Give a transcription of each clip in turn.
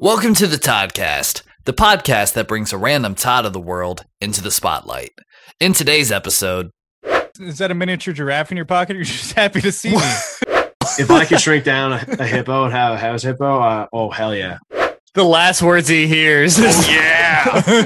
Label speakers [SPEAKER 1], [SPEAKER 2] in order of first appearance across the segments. [SPEAKER 1] Welcome to the Toddcast, the podcast that brings a random Todd of the world into the spotlight. In today's episode,
[SPEAKER 2] Is that a miniature giraffe in your pocket? Or you're just happy to see me.
[SPEAKER 3] if I could shrink down a, a hippo and have a house hippo, uh, oh hell yeah!
[SPEAKER 4] the last words he hears is
[SPEAKER 3] Yeah.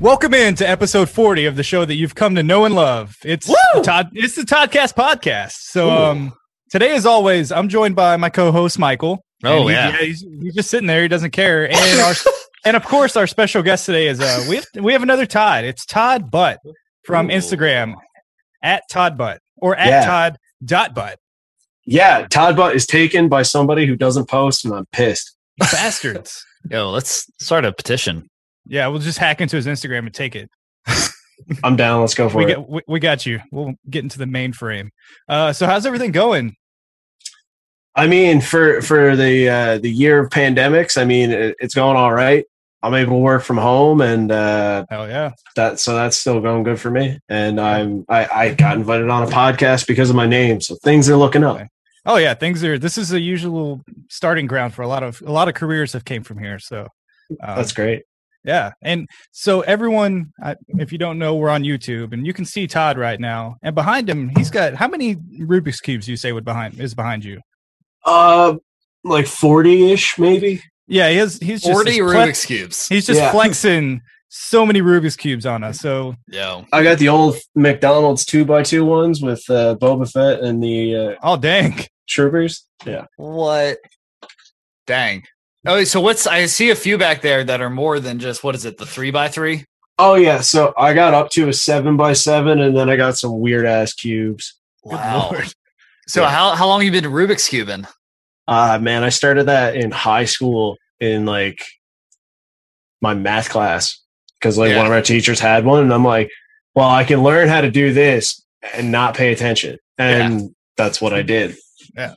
[SPEAKER 2] Welcome in to episode 40 of the show that you've come to know and love. It's the Todd. It's the Toddcast podcast. So um, today, as always, I'm joined by my co-host Michael.
[SPEAKER 4] Oh,
[SPEAKER 2] And he-
[SPEAKER 4] yeah.
[SPEAKER 2] he's, he's just sitting there. He doesn't care. And our, and of course, our special guest today is uh, we have we have another Todd. It's Todd Butt from
[SPEAKER 3] Ooh.
[SPEAKER 2] Instagram at Todd Butt or at
[SPEAKER 3] Yeah.
[SPEAKER 2] Todd dot Butt.
[SPEAKER 3] yeah, Todd Butt is taken by somebody who doesn't post, and I'm pissed.
[SPEAKER 2] Bastards.
[SPEAKER 4] yo let's start a petition
[SPEAKER 2] yeah, we'll just hack into his Instagram and take it.
[SPEAKER 3] I'm down. Let's go for
[SPEAKER 2] we
[SPEAKER 3] it.
[SPEAKER 2] got we, we got you. We'll get into the mainframe. Uh, so how's everything going?
[SPEAKER 3] I mean, for for the uh, the year of pandemics, I mean, it, it's going all right. I'm able to work from home, and uh,
[SPEAKER 2] Hell yeah!
[SPEAKER 3] that so that's still going good for me. And I'm I, I got invited on a podcast because of my name, so things are looking up.
[SPEAKER 2] Oh yeah, things are. This is a usual starting ground for a lot of a lot of careers have came from here. So um,
[SPEAKER 3] That's great.
[SPEAKER 2] yeah. And so everyone, I, if you don't know, we're on YouTube, and you can see Todd right now. And behind him, he's got how many Rubik's cubes? You say would behind is behind you?
[SPEAKER 3] Uh, like forty ish, maybe.
[SPEAKER 2] Yeah, he has. He's just
[SPEAKER 1] 40
[SPEAKER 2] he's flex-
[SPEAKER 1] Rubik's Cubes.
[SPEAKER 2] He's just
[SPEAKER 3] Yeah.
[SPEAKER 2] flexing so many Rubik's cubes on us. So
[SPEAKER 1] Yo.
[SPEAKER 3] I got the old McDonald's two by two ones with uh, Boba Fett and the uh,
[SPEAKER 2] oh dang.
[SPEAKER 3] troopers. Yeah,
[SPEAKER 1] What? Dang. Oh, so what's I see a few back there that are more than just what is it, the three by three?
[SPEAKER 3] Oh yeah, so I got up to a seven by seven, and then I got some weird ass cubes.
[SPEAKER 1] Wow.
[SPEAKER 2] lord.
[SPEAKER 1] So
[SPEAKER 3] Yeah.
[SPEAKER 1] how how long you been Rubik's cubing?
[SPEAKER 3] Ah man, I started that in high school in like my math class because like
[SPEAKER 1] Yeah.
[SPEAKER 3] one of our teachers had one, and I'm like, well, I can learn how to do this and not pay attention, and that's what I did.
[SPEAKER 1] Wow,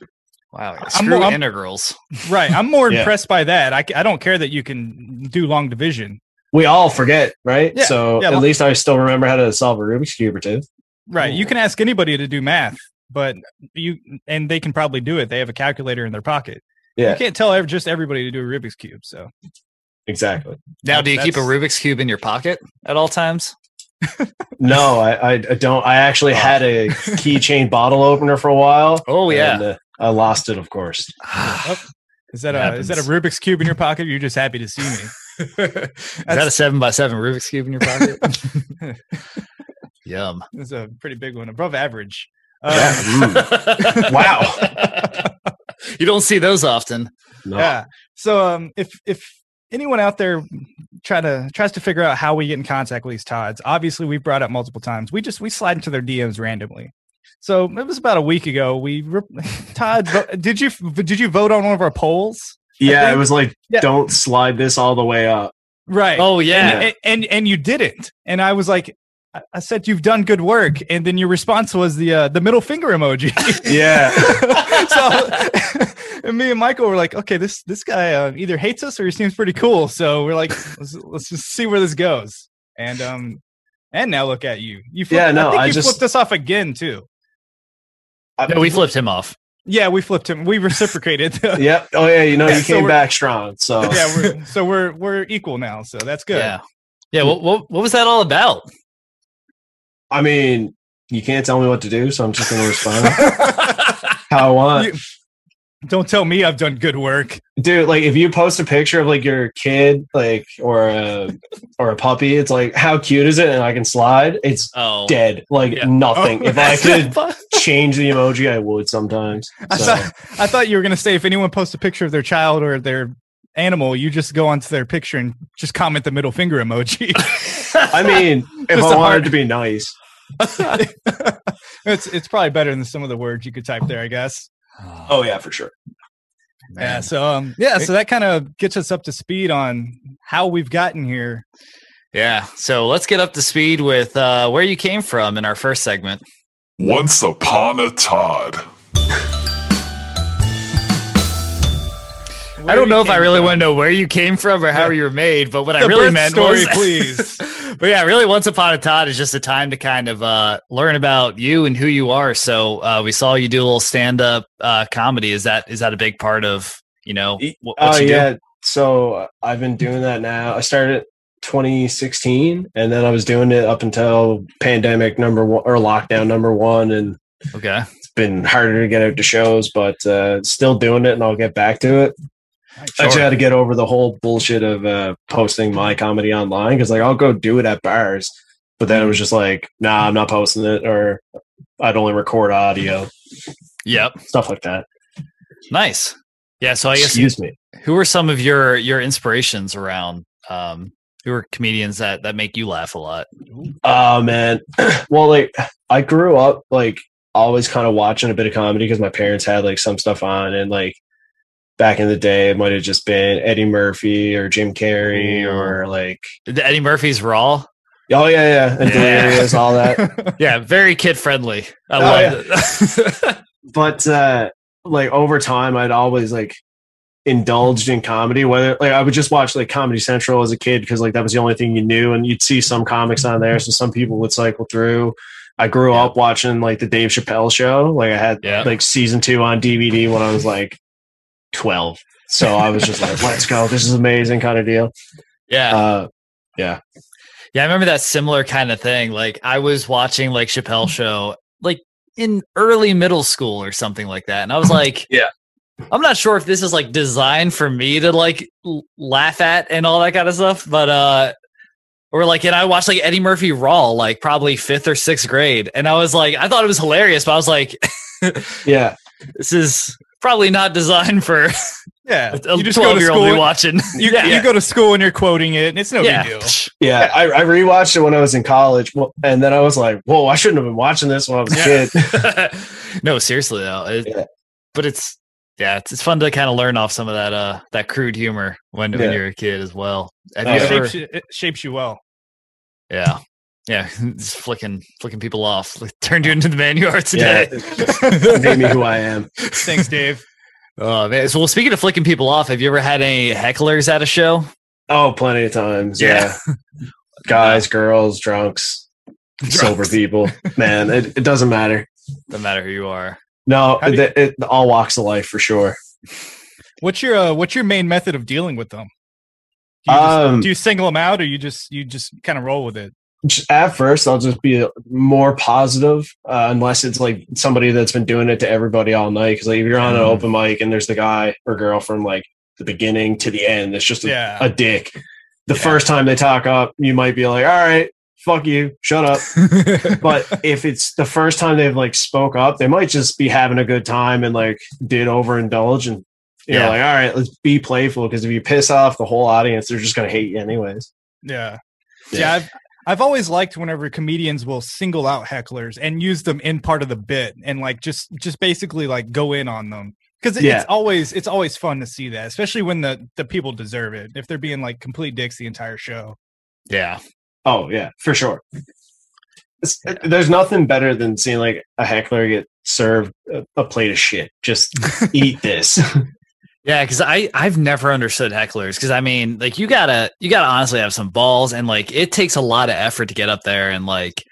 [SPEAKER 2] I'm-
[SPEAKER 1] screw
[SPEAKER 2] I'm-
[SPEAKER 1] integrals.
[SPEAKER 2] Right. I'm more
[SPEAKER 3] Yeah.
[SPEAKER 2] impressed by that. I, c- I don't care that you can do long division.
[SPEAKER 3] We all forget, right?
[SPEAKER 2] Yeah,
[SPEAKER 3] So
[SPEAKER 2] yeah,
[SPEAKER 3] at
[SPEAKER 2] well-
[SPEAKER 3] least I still remember how to solve a Rubik's cube or two.
[SPEAKER 2] Right. You can ask anybody to do math, but you and they can probably do it. They have a calculator in their pocket.
[SPEAKER 3] Yeah.
[SPEAKER 2] You can't tell ev- just everybody to do a Rubik's cube. So
[SPEAKER 3] Exactly.
[SPEAKER 1] Now, do you keep a
[SPEAKER 2] That's-
[SPEAKER 1] Rubik's cube in your pocket at all times?
[SPEAKER 3] No, I, I I don't. I actually
[SPEAKER 1] Oh.
[SPEAKER 3] had a keychain bottle opener for a while.
[SPEAKER 1] Oh
[SPEAKER 3] and, uh, I lost it, of course.
[SPEAKER 1] Uh,
[SPEAKER 2] is that
[SPEAKER 1] It
[SPEAKER 2] a is that a Rubik's cube in your pocket? You're just happy to see me.
[SPEAKER 1] Is that a seven by seven Rubik's cube in your pocket? Yum.
[SPEAKER 2] It's a pretty big one, above average.
[SPEAKER 3] Yeah,
[SPEAKER 2] Uh,
[SPEAKER 3] mm, Wow.
[SPEAKER 1] you don't see those often.
[SPEAKER 3] no.
[SPEAKER 2] yeah. So um, if if anyone out there try to tries to figure out how we get in contact with these Tods, obviously we've brought up multiple times. We just we slide into their DMs randomly. So it was about a week ago. We re- Todd, vo- did you did you vote on one of our polls?
[SPEAKER 3] Yeah,
[SPEAKER 2] think-
[SPEAKER 3] it was like
[SPEAKER 2] yeah.
[SPEAKER 3] don't slide this all the way up.
[SPEAKER 2] Right.
[SPEAKER 1] Oh yeah.
[SPEAKER 2] And, and and you didn't. And I was like. I- I said you've done good work, and then your response was the uh, the middle finger emoji.
[SPEAKER 3] Yeah,
[SPEAKER 2] so and me and Michael were like, okay, this this guy uh, either hates us or he seems pretty cool. So we're like, let's, let's just see where this goes. And um, and now look at you. You flipped,
[SPEAKER 3] Yeah, no,
[SPEAKER 2] I think
[SPEAKER 3] I
[SPEAKER 2] you
[SPEAKER 3] just-
[SPEAKER 2] flipped us off again too.
[SPEAKER 1] No, we flipped him off.
[SPEAKER 2] Yeah, we flipped him. We reciprocated. yeah,
[SPEAKER 3] yep. Oh yeah, you know
[SPEAKER 2] Yeah,
[SPEAKER 3] you
[SPEAKER 2] so
[SPEAKER 3] came
[SPEAKER 2] we're-
[SPEAKER 3] back strong. So
[SPEAKER 2] we're, so we're we're equal now. So that's good.
[SPEAKER 1] Yeah. Yeah. What, what what was that all about?
[SPEAKER 3] I mean, you can't tell me what to do, so I'm just going to respond how I want,
[SPEAKER 2] You- Don't tell me I've done good work.
[SPEAKER 3] dude. Like if you post a picture of like your kid, like or a or a puppy, it's like how cute is it? And I can slide. It's
[SPEAKER 1] oh.
[SPEAKER 3] dead. Like
[SPEAKER 1] Yeah.
[SPEAKER 3] nothing.
[SPEAKER 2] Oh.
[SPEAKER 3] If I could change the emoji, I would sometimes.
[SPEAKER 2] I
[SPEAKER 3] So,
[SPEAKER 2] thought I thought you were gonna say if anyone posts a picture of their child or their animal, you just go onto their picture and just comment the middle finger emoji.
[SPEAKER 3] I mean, if
[SPEAKER 2] Just
[SPEAKER 3] I
[SPEAKER 2] a
[SPEAKER 3] wanted
[SPEAKER 2] hard-
[SPEAKER 3] to be nice,
[SPEAKER 2] it's it's probably better than some of the words you could type there, I guess.
[SPEAKER 1] Oh,
[SPEAKER 3] oh yeah, for sure.
[SPEAKER 2] Yeah.
[SPEAKER 1] man.
[SPEAKER 2] So um, yeah. So that kind of gets us up to speed on how we've gotten here.
[SPEAKER 4] Yeah. So let's get up to speed with uh, where you came from in our first segment.
[SPEAKER 5] Once upon a Todd.
[SPEAKER 4] I don't know if I really want to know where you came from or how you were made, but what I
[SPEAKER 2] The
[SPEAKER 4] really
[SPEAKER 2] birth
[SPEAKER 4] meant
[SPEAKER 2] story,
[SPEAKER 4] was,
[SPEAKER 2] please.
[SPEAKER 4] but yeah, really, once upon a Todd is just a time to kind of uh, learn about you and who you are. So uh, we saw you do a little stand-up uh, comedy. Is that is that a big part of you know
[SPEAKER 3] Y-
[SPEAKER 4] what, what
[SPEAKER 3] Oh
[SPEAKER 4] you do?
[SPEAKER 3] yeah. So uh, I've been doing that now. I started 2016, and then I was doing it up until pandemic number one or lockdown number one, and
[SPEAKER 4] Okay.
[SPEAKER 3] it's been harder to get out to shows, but uh, still doing it, and I'll get back to it. I just
[SPEAKER 4] Sure.
[SPEAKER 3] had to get over the whole bullshit of uh, posting my comedy online because, like, I'll go do it at bars, but then it was just like, nah, I'm not posting it, or I'd only record audio,
[SPEAKER 4] Yep.
[SPEAKER 3] stuff like that.
[SPEAKER 4] Nice. Yeah. So I guess
[SPEAKER 3] Excuse me.
[SPEAKER 4] who are some of your your inspirations around? Um, who are comedians that that make you laugh a lot?
[SPEAKER 3] Oh man. well, like I grew up like always kind of watching a bit of comedy because my parents had like some stuff on and like back in the day it might have just been Eddie Murphy or Jim Carrey or like
[SPEAKER 4] The Eddie Murphy's Raw.
[SPEAKER 3] oh yeah yeah and
[SPEAKER 4] Yeah.
[SPEAKER 3] Delirious all that.
[SPEAKER 4] Yeah, very kid friendly. I
[SPEAKER 3] Oh,
[SPEAKER 4] love it.
[SPEAKER 3] but uh like over time i'd always like indulged in comedy whether like i would just watch like comedy central as a kid because like that was the only thing you knew and you'd see some comics on there so some people would cycle through i grew up watching like the dave chappelle show like i had
[SPEAKER 4] Yeah.
[SPEAKER 3] like season two on dvd when i was like 12 so i was just like let's go this is amazing kind of deal
[SPEAKER 4] yeah.
[SPEAKER 3] uh
[SPEAKER 4] Yeah, I remember that similar kind of thing. Like I was watching like Chappelle
[SPEAKER 2] Mm.
[SPEAKER 4] show like in early middle school or something like that. And I was like,
[SPEAKER 5] Yeah.
[SPEAKER 4] I'm not sure if this is like designed for me to like l- laugh at and all that kind of stuff, but uh or like and I watched like Eddie Murphy Raw like probably 5th or 6th grade and I was like I thought it was hilarious, but I was like
[SPEAKER 3] yeah
[SPEAKER 4] this is probably not designed for
[SPEAKER 2] yeah,
[SPEAKER 4] a
[SPEAKER 2] you just go to
[SPEAKER 4] 12-year-old
[SPEAKER 2] school.
[SPEAKER 4] to be watching.
[SPEAKER 2] you, you go to school and you're quoting it, and it's no
[SPEAKER 4] yeah.
[SPEAKER 2] big deal.
[SPEAKER 3] yeah I, I rewatched it when i was in college Well, and then i was like whoa i shouldn't have been watching this when i was a
[SPEAKER 4] Yeah.
[SPEAKER 3] kid
[SPEAKER 4] no, seriously though. It-
[SPEAKER 3] Yeah.
[SPEAKER 4] But it's yeah, it's, it's fun to kind of learn off some of that uh that crude humor when, when
[SPEAKER 3] Yeah. Oh,
[SPEAKER 4] you're a kid as well. Have
[SPEAKER 3] Yeah.
[SPEAKER 2] It
[SPEAKER 4] you ever-
[SPEAKER 2] shapes you, it shapes you well.
[SPEAKER 4] yeah. Yeah, just flicking flicking people off. Like, turned you into the man you are today.
[SPEAKER 3] made me who i am
[SPEAKER 2] Thanks, Dave.
[SPEAKER 4] Oh man. So well speaking of flicking people off, have you ever had any hecklers at a show?
[SPEAKER 3] Oh, plenty of times.
[SPEAKER 4] Yeah.
[SPEAKER 3] Yeah. Guys, girls, drunks, sober people. Man, it, it doesn't matter.
[SPEAKER 4] No matter who you are.
[SPEAKER 3] No,
[SPEAKER 2] How do you-
[SPEAKER 3] it, it, all walks of life for sure.
[SPEAKER 2] What's your uh, what's your main method of dealing with them? Do you, just,
[SPEAKER 3] Um,
[SPEAKER 2] do you single them out, or you just you just kind of roll with it?
[SPEAKER 3] J- At first, I'll just be more positive, uh, unless it's like somebody that's been doing it to everybody all night. Because like, if you're on an
[SPEAKER 2] Mm-hmm.
[SPEAKER 4] Mhm.
[SPEAKER 3] open mic and there's the guy or girl from like the beginning to the end, it's just a,
[SPEAKER 2] Yeah.
[SPEAKER 3] a dick. The first time they talk up, you might be like, "All right, fuck you, shut up." but if it's the first time they've like spoke up, they might just be having a good time and like did overindulge and you
[SPEAKER 4] Yeah.
[SPEAKER 3] know, like, all right, let's be playful because if you piss off the whole audience, they're just gonna hate you anyways.
[SPEAKER 2] Yeah. Yeah.
[SPEAKER 3] Yeah.
[SPEAKER 2] I've, I've always liked whenever comedians will single out hecklers and use them in part of the bit and like just just basically like go in on them because
[SPEAKER 3] Yeah.
[SPEAKER 2] it's always it's always fun to see that especially when the the people deserve it if they're being like complete dicks the entire show
[SPEAKER 4] Yeah.
[SPEAKER 3] Oh yeah, for sure. It's, There's nothing better than seeing like a heckler get served a, a plate of shit. Just eat this.
[SPEAKER 4] Yeah, because I I've never understood hecklers because I mean like you gotta you gotta honestly have some balls and like it takes a lot of effort to get up there and like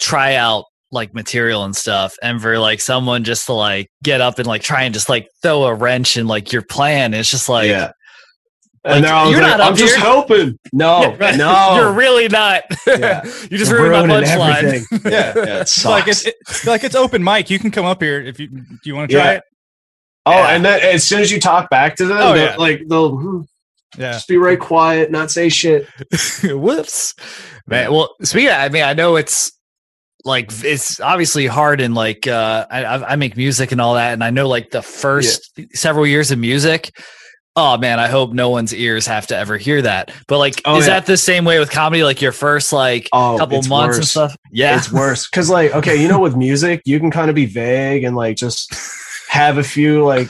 [SPEAKER 4] try out like material and stuff and for like someone just to like get up and like try and just like throw a wrench in like your plan it's just like
[SPEAKER 3] yeah. And
[SPEAKER 4] like,
[SPEAKER 3] they're all
[SPEAKER 4] you're
[SPEAKER 3] like,
[SPEAKER 4] not up
[SPEAKER 3] I'm just
[SPEAKER 4] here."
[SPEAKER 3] helping. No,
[SPEAKER 4] Yeah, right.
[SPEAKER 3] no.
[SPEAKER 4] oh, you're really not
[SPEAKER 3] Yeah.
[SPEAKER 4] you just ruined my
[SPEAKER 3] Ruining
[SPEAKER 4] punchline
[SPEAKER 3] everything. Yeah, yeah, it
[SPEAKER 2] It's like it's
[SPEAKER 3] sucks.
[SPEAKER 2] it, it's like it's open mic you can come up here if you do you want to try
[SPEAKER 3] Yeah.
[SPEAKER 2] it
[SPEAKER 3] Oh,
[SPEAKER 4] Yeah.
[SPEAKER 3] and then as soon as you talk back to them,
[SPEAKER 2] Oh,
[SPEAKER 3] they'll-
[SPEAKER 2] yeah.
[SPEAKER 3] like they'll hmm,
[SPEAKER 2] yeah
[SPEAKER 3] just be right quiet, not say shit.
[SPEAKER 4] whoops man well speaking of, i mean i know it's like it's obviously hard and like uh I- I, I make music and all that and i know like the first several years of music oh man i hope no one's ears have to ever hear that but like
[SPEAKER 3] Oh,
[SPEAKER 4] is
[SPEAKER 3] yeah.
[SPEAKER 4] that the same way with comedy like your first like
[SPEAKER 3] Oh,
[SPEAKER 4] couple
[SPEAKER 3] it's
[SPEAKER 4] months and
[SPEAKER 3] worse.
[SPEAKER 4] stuff yeah
[SPEAKER 3] It's worse because, like, okay, you know, with music, you can kind of be vague and like just have a few like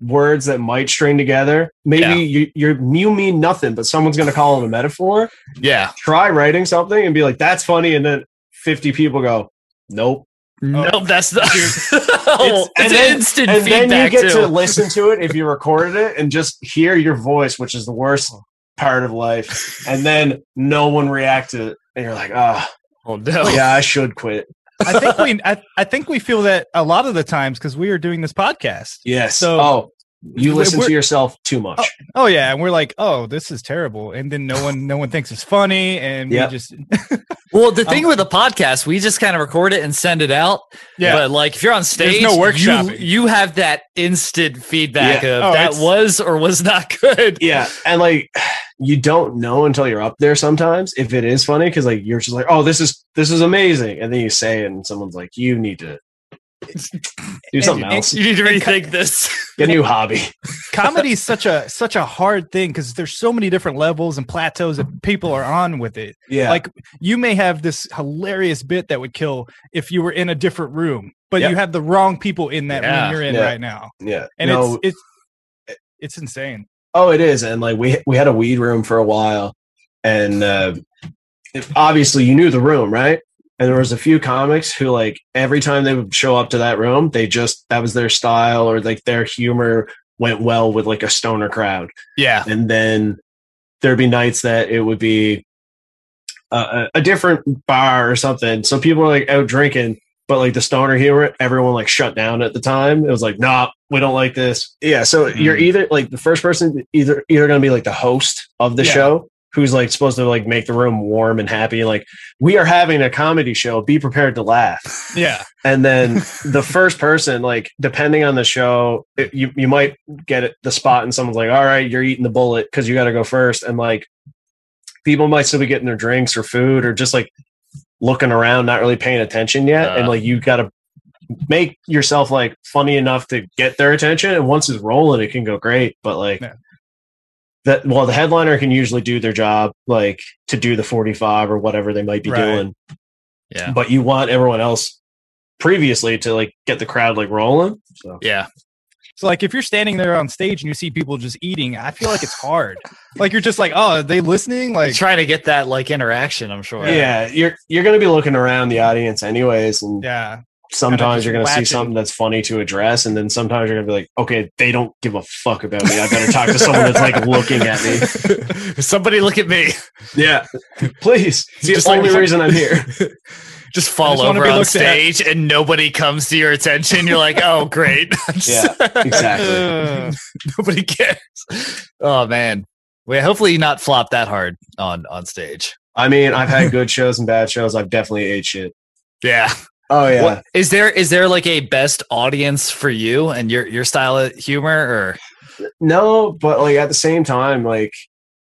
[SPEAKER 3] words that might string together. Maybe
[SPEAKER 4] Yeah.
[SPEAKER 3] you you're, you mean nothing, but someone's going to call it a metaphor.
[SPEAKER 4] Yeah.
[SPEAKER 3] Try writing something and be like, "That's funny," and then fifty people go, "Nope."
[SPEAKER 4] Nope, that's the
[SPEAKER 3] It's-
[SPEAKER 4] it's,
[SPEAKER 3] and
[SPEAKER 4] an
[SPEAKER 3] then-
[SPEAKER 4] instant
[SPEAKER 3] And
[SPEAKER 4] feedback
[SPEAKER 3] then you get
[SPEAKER 4] too.
[SPEAKER 3] to listen to it if you recorded it and just hear your voice, which is the worst part of life. And then no one reacted, and you're like, "Ah,
[SPEAKER 4] oh no.
[SPEAKER 3] yeah, I should quit."
[SPEAKER 2] I think we I, I think we feel that a lot of the times because we are doing this podcast.
[SPEAKER 3] Yes.
[SPEAKER 2] So-
[SPEAKER 3] oh, you listen
[SPEAKER 2] We're-
[SPEAKER 3] to yourself too much.
[SPEAKER 2] Oh yeah, and we're like, oh, this is terrible, and then no one no one thinks it's funny, and
[SPEAKER 3] Yep.
[SPEAKER 2] we just
[SPEAKER 4] Well,
[SPEAKER 2] Um,
[SPEAKER 4] the thing with the podcast, we just kind of record it and send it out.
[SPEAKER 2] Yeah.
[SPEAKER 4] But like if you're on stage,
[SPEAKER 2] no
[SPEAKER 4] you-
[SPEAKER 2] workshopping.
[SPEAKER 4] You, have that instant feedback
[SPEAKER 3] Yeah.
[SPEAKER 4] of
[SPEAKER 2] Oh,
[SPEAKER 4] that
[SPEAKER 2] it's-
[SPEAKER 4] was or was not good.
[SPEAKER 3] Yeah, and like you don't know until you're up there sometimes if it is funny because like you're just like, oh, this is this is amazing, and then you say it, and someone's like, you need to do something
[SPEAKER 2] and-
[SPEAKER 3] else,
[SPEAKER 4] You need to rethink this.
[SPEAKER 3] get a new hobby.
[SPEAKER 2] comedy is such a such a hard thing because there's so many different levels and plateaus that people are on with it.
[SPEAKER 3] Yeah,
[SPEAKER 2] Like you may have this hilarious bit that would kill if you were in a different room, but
[SPEAKER 3] Yep.
[SPEAKER 2] you have the wrong people in that
[SPEAKER 4] Yeah.
[SPEAKER 2] room you're in
[SPEAKER 3] Yeah.
[SPEAKER 2] right now,
[SPEAKER 3] yeah,
[SPEAKER 2] and
[SPEAKER 3] no,
[SPEAKER 2] it's it's it's insane.
[SPEAKER 3] oh, it is, and like we we had a weed room for a while, and uh, if- obviously you knew the room, right? And there was a few comics who like every time they would show up to that room, they just that was their style or like their humor went well with like a stoner crowd.
[SPEAKER 4] Yeah.
[SPEAKER 3] and then there'd be nights that it would be a, a a different bar or something. So people were like out drinking, but like the stoner humor, everyone like shut down at the time. It was like, nah, we don't like this. Yeah. So you're either like the first person, either either gonna be like the host of the
[SPEAKER 2] Yeah.
[SPEAKER 3] show. Who's like supposed to like make the room warm and happy? Like we are having a comedy show. Be prepared to laugh
[SPEAKER 2] Yeah,
[SPEAKER 3] and then the first person like depending on the show it, you, you might get it, the spot and someone's like all right you're eating the bullet because you got to go first and like people might still be getting their drinks or food or just like looking around not really paying attention yet and
[SPEAKER 4] Uh.
[SPEAKER 3] like you got to make yourself like funny enough to get their attention and once it's rolling it can go great but like
[SPEAKER 2] Yeah.
[SPEAKER 3] that well the headliner can usually do their job like to do the 45 or whatever they might be
[SPEAKER 2] Right.
[SPEAKER 3] doing
[SPEAKER 4] Yeah.
[SPEAKER 3] but you want everyone else previously to like get the crowd like rolling. So
[SPEAKER 4] Yeah.
[SPEAKER 2] So like if you're standing there on stage and you see people just eating, I feel like it's hard. like you're just like, oh, are they listening? Like
[SPEAKER 4] Trying to get that like interaction, I'm sure.
[SPEAKER 3] yeah, you're you're gonna be looking around the audience anyways, and
[SPEAKER 2] yeah. just
[SPEAKER 3] sometimes you're gonna see
[SPEAKER 2] latching.
[SPEAKER 3] something that's funny to address, and then sometimes you're gonna be like, okay, they don't give a fuck about me. I better talk to someone that's like looking at me.
[SPEAKER 4] Somebody look at me.
[SPEAKER 3] Yeah, please. It's the
[SPEAKER 4] Just like-
[SPEAKER 3] only reason I'm here.
[SPEAKER 4] Just fall
[SPEAKER 2] just wanna
[SPEAKER 4] over
[SPEAKER 2] be
[SPEAKER 4] on
[SPEAKER 2] looked at.
[SPEAKER 4] stage and nobody comes to your attention. You're like, oh great.
[SPEAKER 3] Yeah, Exactly.
[SPEAKER 2] Ugh.
[SPEAKER 4] nobody cares. Oh man. Well, hopefully you not flop that hard on on stage.
[SPEAKER 3] I mean, I've had good shows and bad shows. I've definitely ate shit.
[SPEAKER 4] Yeah.
[SPEAKER 3] Oh yeah.
[SPEAKER 4] What, is there is there like a best audience for you and your your style of humor or
[SPEAKER 3] No, but like at the same time, like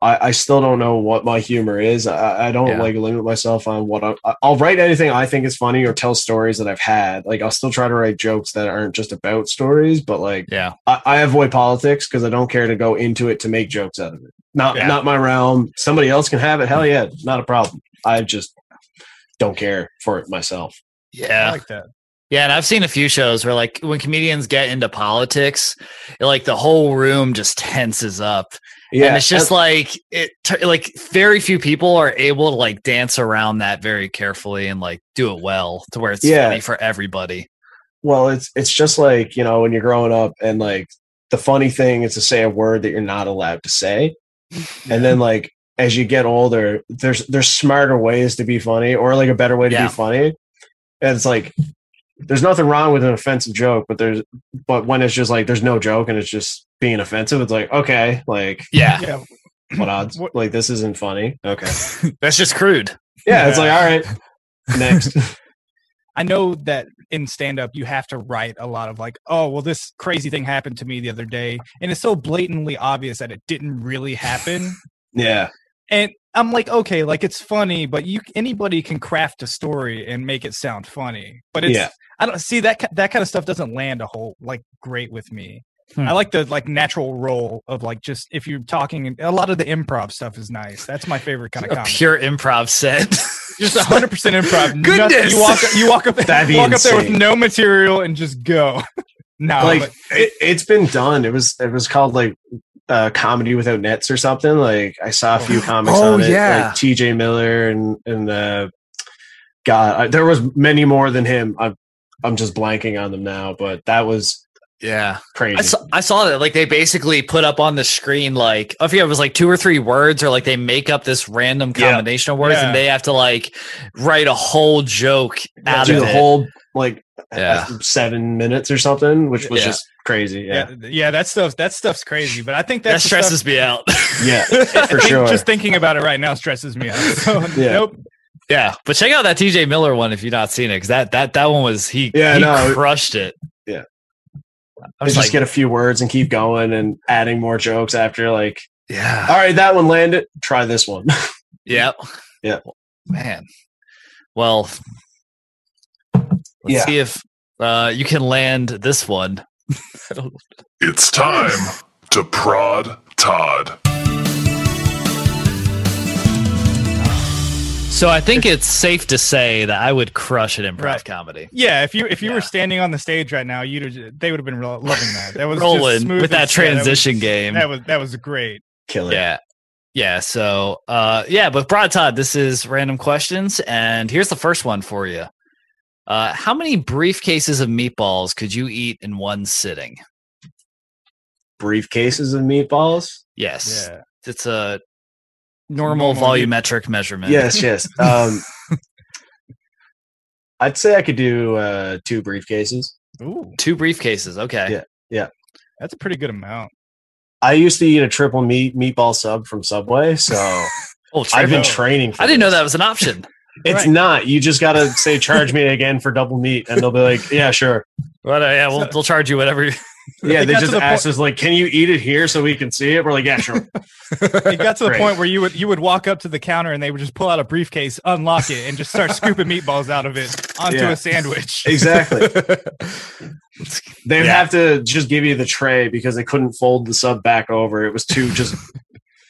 [SPEAKER 3] I, I still don't know what my humor is. I, I don't
[SPEAKER 4] Yeah.
[SPEAKER 3] like limit myself on what I'm, I- I'll write anything I think is funny or tell stories that I've had. Like I'll still try to write jokes that aren't just about stories, but like
[SPEAKER 4] yeah
[SPEAKER 3] I, I avoid politics because I don't care to go into it to make jokes out of it. Not
[SPEAKER 4] Yeah.
[SPEAKER 3] not my realm. Somebody else can have it. Hell yeah, not a problem. I just don't care for it myself.
[SPEAKER 2] I
[SPEAKER 4] yeah
[SPEAKER 2] like that.
[SPEAKER 4] yeah and I've seen a few shows where like when comedians get into politics like the whole room just tenses up
[SPEAKER 3] Yeah,
[SPEAKER 4] and it's just like it t- like very few people are able to like dance around that very carefully and like do it well to where it's
[SPEAKER 3] Yeah.
[SPEAKER 4] funny for everybody
[SPEAKER 3] Well, it's it's just like you know when you're growing up, and like the funny thing is to say a word that you're not allowed to say,
[SPEAKER 2] Mm-hmm.
[SPEAKER 3] and then like as you get older, there's there's smarter ways to be funny, or like a better way to
[SPEAKER 4] Yeah.
[SPEAKER 3] be funny. And it's like there's nothing wrong with an offensive joke, but there's but when it's just like there's no joke and it's just being offensive, it's like okay, like
[SPEAKER 4] yeah
[SPEAKER 2] Yeah.
[SPEAKER 3] what odds?
[SPEAKER 2] What-
[SPEAKER 3] Like this isn't funny. Okay,
[SPEAKER 4] that's just crude
[SPEAKER 3] yeah, it's
[SPEAKER 2] Yeah.
[SPEAKER 3] like all right, next.
[SPEAKER 2] I know that in stand up you have to write a lot of like, oh well this crazy thing happened to me the other day and it's so blatantly obvious that it didn't really happen.
[SPEAKER 3] yeah,
[SPEAKER 2] and I'm like, okay, like it's funny, but you anybody can craft a story and make it sound funny. But it's
[SPEAKER 3] Yeah.
[SPEAKER 2] I don't see that ki- that kind of stuff doesn't land a whole like great with me.
[SPEAKER 4] Hmm.
[SPEAKER 2] I like the like natural role of like just if you're talking and a lot of the improv stuff is nice. That's my favorite kind of
[SPEAKER 4] a
[SPEAKER 2] comedy.
[SPEAKER 4] pure improv set
[SPEAKER 2] just 100 percent improv. Nothing-
[SPEAKER 4] Goodness!
[SPEAKER 2] you walk you walk up
[SPEAKER 3] That'd be
[SPEAKER 2] walk up there with
[SPEAKER 3] insane.
[SPEAKER 2] no material and just go. No,
[SPEAKER 4] Um,
[SPEAKER 3] like
[SPEAKER 2] but-
[SPEAKER 3] it, it's been done. It was it was called like uh, comedy without nets or something. Like I saw a few comics
[SPEAKER 4] Oh,
[SPEAKER 3] on it,
[SPEAKER 4] yeah.
[SPEAKER 3] like T.J. Miller and and uh, God, I, there was many more than him. I'm I'm just blanking on them now, but that was
[SPEAKER 4] Yeah.
[SPEAKER 3] crazy.
[SPEAKER 4] I saw, I saw that. Like they basically put up on the screen, like I forget it was like two or three words, or like they make up this random
[SPEAKER 3] Yeah.
[SPEAKER 4] combination of words,
[SPEAKER 2] Yeah.
[SPEAKER 4] and they have to like write a whole joke out
[SPEAKER 3] Do
[SPEAKER 4] of
[SPEAKER 3] the
[SPEAKER 4] it.
[SPEAKER 3] whole like uh,
[SPEAKER 4] Yeah.
[SPEAKER 3] seven minutes or something, which was
[SPEAKER 4] Yeah.
[SPEAKER 3] just crazy. Yeah,
[SPEAKER 2] yeah, yeah, that stuff that stuff's crazy. But I think
[SPEAKER 4] that
[SPEAKER 2] that's the stuff-
[SPEAKER 4] stresses me out.
[SPEAKER 3] yeah, for
[SPEAKER 2] I think
[SPEAKER 3] sure.
[SPEAKER 2] Just thinking about it right now stresses me out. So,
[SPEAKER 3] Yeah.
[SPEAKER 2] Nope.
[SPEAKER 4] yeah, but check out that T.J. Miller one if you've not seen it, because that that that one was he
[SPEAKER 3] Yeah,
[SPEAKER 4] he
[SPEAKER 3] no.
[SPEAKER 4] crushed it.
[SPEAKER 3] Yeah.
[SPEAKER 4] I
[SPEAKER 3] You
[SPEAKER 4] was
[SPEAKER 3] just
[SPEAKER 4] like,
[SPEAKER 3] get a few words and keep going and adding more jokes after like,
[SPEAKER 4] yeah,
[SPEAKER 3] all right, that one landed. Try this one.
[SPEAKER 4] yeah,
[SPEAKER 3] Yeah.
[SPEAKER 4] man. Well, let's
[SPEAKER 3] Yeah.
[SPEAKER 4] see if uh, you can land this one.
[SPEAKER 5] It's time to prod Todd.
[SPEAKER 4] So I think it's safe to say that I would crush an improv
[SPEAKER 2] Right.
[SPEAKER 4] comedy.
[SPEAKER 2] Yeah, if you if you
[SPEAKER 4] Yeah.
[SPEAKER 2] were standing on the stage right now, you'd have, they would have been ro- loving that. That was just
[SPEAKER 4] Rolling
[SPEAKER 2] smooth
[SPEAKER 4] with
[SPEAKER 2] as
[SPEAKER 4] that
[SPEAKER 2] shit. That was-
[SPEAKER 4] transition game.
[SPEAKER 2] That was that was great.
[SPEAKER 3] Kill it.
[SPEAKER 4] yeah. Yeah. So uh yeah, but Broad Todd, this is random questions, and here's the first one for you. Uh how many briefcases of meatballs could you eat in one sitting?
[SPEAKER 3] Briefcases of meatballs.
[SPEAKER 4] Yes.
[SPEAKER 2] Yeah.
[SPEAKER 4] It's a normal,
[SPEAKER 2] Normal meat-
[SPEAKER 4] volumetric measurement.
[SPEAKER 3] Yes, yes. Um, I'd say I could do uh, two briefcases.
[SPEAKER 2] Ooh,
[SPEAKER 4] Two briefcases. Okay.
[SPEAKER 2] that's a pretty good amount.
[SPEAKER 3] I used to eat a triple meat meatball sub from Subway, so
[SPEAKER 4] Oh,
[SPEAKER 3] I've been
[SPEAKER 4] triple.
[SPEAKER 3] training. For
[SPEAKER 4] I didn't know
[SPEAKER 3] this.
[SPEAKER 4] that was an option.
[SPEAKER 3] It's
[SPEAKER 2] Right.
[SPEAKER 3] not. You just gotta say charge me again for double meat, and they'll be like, "Yeah, sure."
[SPEAKER 4] But uh, yeah, we'll,
[SPEAKER 2] So-
[SPEAKER 4] we'll charge you whatever. you-
[SPEAKER 3] Yeah,
[SPEAKER 2] It
[SPEAKER 3] they
[SPEAKER 2] got to
[SPEAKER 3] just
[SPEAKER 2] the
[SPEAKER 3] asked us like, "Can you eat it here so we can see it?" We're like, "Yeah, sure."
[SPEAKER 2] It got to the
[SPEAKER 3] Great.
[SPEAKER 2] point where you would you would walk up to the counter and they would just pull out a briefcase, unlock it, and just start scooping meatballs out of it onto
[SPEAKER 3] Yeah.
[SPEAKER 2] a sandwich.
[SPEAKER 3] Exactly. They'd have to just give you the tray because they couldn't fold the sub back over. It was too just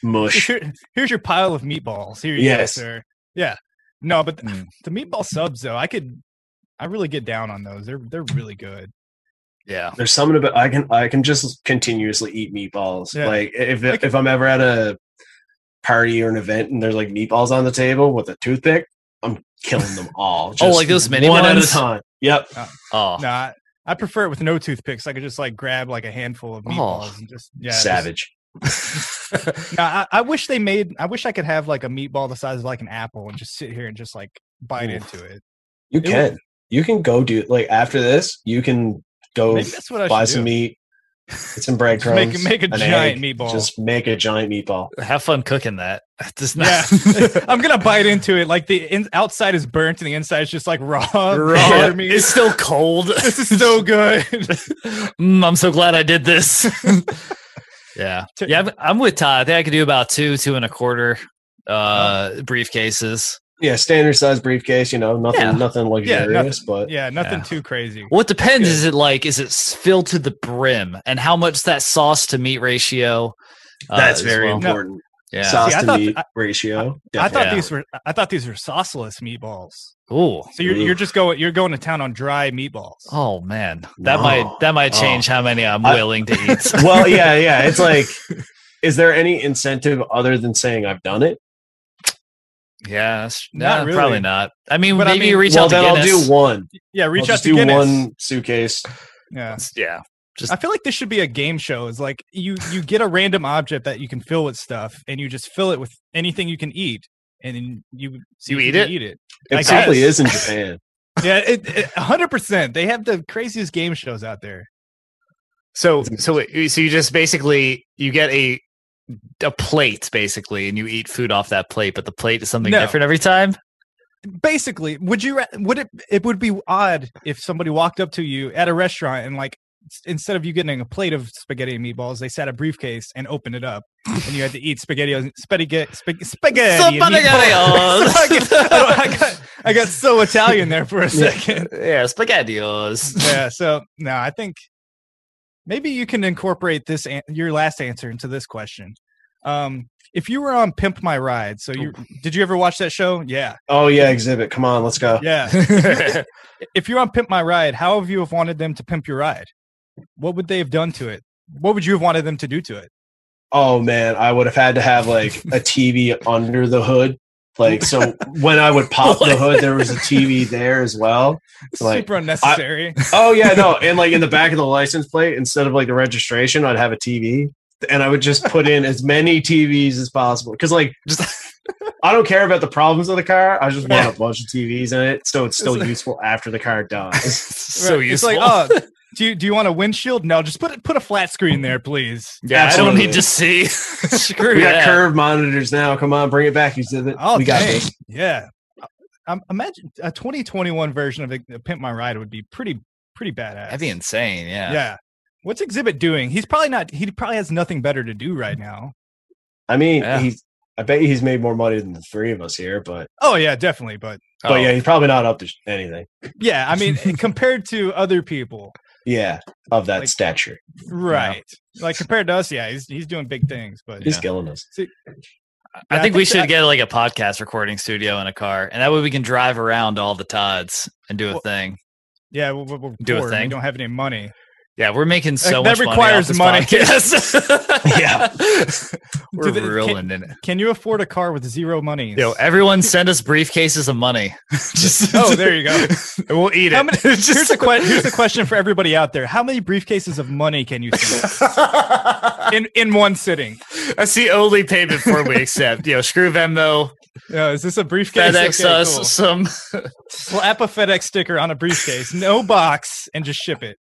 [SPEAKER 3] mush.
[SPEAKER 2] Here- here's your pile of meatballs. Here you go,
[SPEAKER 3] Yes. Hmm.
[SPEAKER 2] sir. Yeah. No, but th-
[SPEAKER 4] Mm.
[SPEAKER 2] the meatball subs though, I could I really get down on those. They're they're really good.
[SPEAKER 4] yeah.
[SPEAKER 3] There's something about I can I can just continuously eat meatballs.
[SPEAKER 2] Yeah.
[SPEAKER 3] Like if
[SPEAKER 2] I can-
[SPEAKER 3] if I'm ever at a party or an event and there's like meatballs on the table with a toothpick, I'm killing them all. Just
[SPEAKER 4] Oh, like those mini
[SPEAKER 3] one at a
[SPEAKER 4] ones?
[SPEAKER 3] time. Yep.
[SPEAKER 4] Oh.
[SPEAKER 2] No, I, I prefer it with no toothpicks. I could just like grab like a handful of
[SPEAKER 4] Oh.
[SPEAKER 2] meatballs and just yeah. just-
[SPEAKER 3] Savage.
[SPEAKER 2] No, I, I wish they made I wish I could have like a meatball the size of like an apple and just sit here and just like bite
[SPEAKER 3] Ooh.
[SPEAKER 2] into it.
[SPEAKER 3] You
[SPEAKER 2] It
[SPEAKER 3] can. You can go do like after this, you can go
[SPEAKER 2] Maybe that's what I
[SPEAKER 3] buy
[SPEAKER 2] should
[SPEAKER 3] some
[SPEAKER 2] do.
[SPEAKER 3] meat, get some breadcrumbs.
[SPEAKER 2] Make, make a
[SPEAKER 3] an
[SPEAKER 2] giant
[SPEAKER 3] egg,
[SPEAKER 2] meatball.
[SPEAKER 3] Just make a giant meatball.
[SPEAKER 4] Have fun cooking that. Does
[SPEAKER 2] yeah,
[SPEAKER 4] not
[SPEAKER 2] I'm gonna bite into it. Like the in- outside is burnt and the inside is just like raw.
[SPEAKER 4] raw
[SPEAKER 2] raw meat.
[SPEAKER 4] It's still cold.
[SPEAKER 2] This is so good.
[SPEAKER 4] Mm, I'm so glad I did this. yeah, yeah. I'm, I'm with Todd. I think I could do about two, two and a quarter uh
[SPEAKER 2] Oh.
[SPEAKER 4] briefcases.
[SPEAKER 3] Yeah, standard size briefcase. You know, nothing,
[SPEAKER 4] Yeah.
[SPEAKER 3] nothing luxurious,
[SPEAKER 2] nothing.
[SPEAKER 3] but
[SPEAKER 2] Yeah, nothing
[SPEAKER 4] Yeah.
[SPEAKER 2] too crazy.
[SPEAKER 4] Well, it depends. Is it like is it s- filled to the brim, and how much that sauce to meat ratio? uh,
[SPEAKER 3] that's
[SPEAKER 4] as
[SPEAKER 3] very
[SPEAKER 4] well?
[SPEAKER 3] important.
[SPEAKER 4] Yeah.
[SPEAKER 3] Sauce
[SPEAKER 2] See, I
[SPEAKER 3] to
[SPEAKER 2] thought-
[SPEAKER 3] meat
[SPEAKER 2] I-
[SPEAKER 3] ratio.
[SPEAKER 2] I thought
[SPEAKER 4] Yeah.
[SPEAKER 2] these were I thought these were sauceless meatballs.
[SPEAKER 4] Ooh.
[SPEAKER 2] So you're
[SPEAKER 3] Oof.
[SPEAKER 2] you're just going you're going to town on dry meatballs.
[SPEAKER 4] Oh man, that
[SPEAKER 3] No.
[SPEAKER 4] might that might
[SPEAKER 3] Oh.
[SPEAKER 4] change how many I'm
[SPEAKER 3] I-
[SPEAKER 4] willing to eat.
[SPEAKER 3] well, yeah, yeah. It's like, is there any incentive other than saying I've done it?
[SPEAKER 4] yeah, that's-
[SPEAKER 2] Not
[SPEAKER 4] yeah,
[SPEAKER 2] really.
[SPEAKER 4] probably not. I mean,
[SPEAKER 2] But I
[SPEAKER 4] maybe
[SPEAKER 2] mean-
[SPEAKER 4] you reach
[SPEAKER 3] well,
[SPEAKER 4] out to
[SPEAKER 3] then I'll
[SPEAKER 4] Guinness.
[SPEAKER 3] do one.
[SPEAKER 2] Yeah,
[SPEAKER 3] I'll
[SPEAKER 2] reach out
[SPEAKER 3] just
[SPEAKER 2] to
[SPEAKER 3] do
[SPEAKER 2] Guinness.
[SPEAKER 3] one suitcase.
[SPEAKER 2] Yeah.
[SPEAKER 4] Yeah,
[SPEAKER 2] I feel like this should be a game show. Is like you you get a random object that you can fill with stuff, and you just fill it with anything you can eat, and then you see
[SPEAKER 4] You
[SPEAKER 2] if
[SPEAKER 4] eat
[SPEAKER 2] can
[SPEAKER 4] it?
[SPEAKER 2] Eat it.
[SPEAKER 3] It
[SPEAKER 2] I
[SPEAKER 3] probably
[SPEAKER 2] guess.
[SPEAKER 3] is in Japan.
[SPEAKER 2] Yeah, it- it- a hundred percent. They have the craziest game shows out there.
[SPEAKER 4] So so wait, so you just basically you get a a plate basically and you eat food off that plate but the plate is something
[SPEAKER 2] No.
[SPEAKER 4] different every time?
[SPEAKER 2] Basically, would you ra- would it it would be odd if somebody walked up to you at a restaurant and like s- instead of you getting a plate of spaghetti and meatballs, they sat a briefcase and opened it up, and you had to eat spaghetti spaghetti spaghetti. spaghetti and meatballs.
[SPEAKER 4] Spaghettios.
[SPEAKER 2] I, got, I got- I got so Italian there for a second.
[SPEAKER 4] yeah, spaghettios.
[SPEAKER 2] yeah so no i think maybe you can incorporate this an- your last answer into this question um if you were on pimp my ride so you did you ever watch that show yeah
[SPEAKER 3] Oh yeah, exhibit. Come on, let's go.
[SPEAKER 2] yeah if you're on pimp my ride how have you have wanted them to pimp your ride what would they have done to it? What would you have wanted them to do to it?
[SPEAKER 3] Oh man, I would have had to have like a TV under the hood. Like so when I would pop the hood, there was a TV there as well. Like,
[SPEAKER 2] Super unnecessary.
[SPEAKER 3] Oh yeah, no. And like in the back of the license plate, instead of like the registration, I'd have a TV. And I would just put in as many TVs as possible. Cause like just I don't care about the problems of the car. I just want a bunch of TVs in it. So it's still
[SPEAKER 2] It's like-
[SPEAKER 3] useful after the car dies.
[SPEAKER 4] so
[SPEAKER 2] Right.
[SPEAKER 4] useful.
[SPEAKER 2] It's like, oh, do you do you want a windshield? No, just put it put a flat screen there, please.
[SPEAKER 4] yeah, I don't
[SPEAKER 3] absolutely.
[SPEAKER 4] need to see. Screw
[SPEAKER 3] We got
[SPEAKER 4] that.
[SPEAKER 3] curve monitors now. Come on, bring it back. You did it.
[SPEAKER 2] Oh,
[SPEAKER 3] we got
[SPEAKER 2] dang.
[SPEAKER 3] this.
[SPEAKER 2] Yeah. Um, imagine a 2021 version of the Pimp My Ride would be pretty pretty badass.
[SPEAKER 1] That'd be insane. Yeah.
[SPEAKER 2] yeah. What's Exhibit doing? He's probably not. He probably has nothing better to do right now.
[SPEAKER 3] I mean,
[SPEAKER 1] Yeah.
[SPEAKER 3] he's I bet he's made more money than the three of us here, but
[SPEAKER 2] Oh yeah, definitely. But
[SPEAKER 3] but
[SPEAKER 1] Oh.
[SPEAKER 3] yeah, he's probably not up to sh- anything.
[SPEAKER 2] yeah, I mean, compared to other people,
[SPEAKER 3] Yeah, of that
[SPEAKER 2] Like-
[SPEAKER 3] stature,
[SPEAKER 2] right? Like compared to us, yeah, he's he's doing big things. But
[SPEAKER 3] he's
[SPEAKER 2] yeah.
[SPEAKER 3] killing us.
[SPEAKER 2] Yeah,
[SPEAKER 4] I think we should
[SPEAKER 2] that-
[SPEAKER 4] get like a podcast recording studio in a car, and that way we can drive around to all the Todds and do a
[SPEAKER 2] Well-
[SPEAKER 4] thing.
[SPEAKER 2] Yeah, we're, we're
[SPEAKER 4] Do a
[SPEAKER 2] poor. We
[SPEAKER 4] thing.
[SPEAKER 2] don't have any money.
[SPEAKER 4] Yeah, we're making so
[SPEAKER 2] that
[SPEAKER 4] much
[SPEAKER 2] requires money.
[SPEAKER 4] money. yeah, we're
[SPEAKER 2] Do they- can-
[SPEAKER 4] ruining it.
[SPEAKER 2] Can you afford a car with zero money?
[SPEAKER 4] Yo, everyone send us briefcases of money. Just-
[SPEAKER 2] oh, there you go.
[SPEAKER 4] we'll eat
[SPEAKER 2] How
[SPEAKER 4] it.
[SPEAKER 2] many-
[SPEAKER 4] Just-
[SPEAKER 2] here's the question. Here's the question for everybody out there: How many briefcases of money can you send in in one sitting?
[SPEAKER 4] That's the only payment form we accept. You know, screw Venmo,
[SPEAKER 2] Uh, is this a briefcase?
[SPEAKER 4] FedEx
[SPEAKER 2] Okay,
[SPEAKER 4] us
[SPEAKER 2] cool.
[SPEAKER 4] some.
[SPEAKER 2] Slap a FedEx sticker on a briefcase, no box, and just ship it.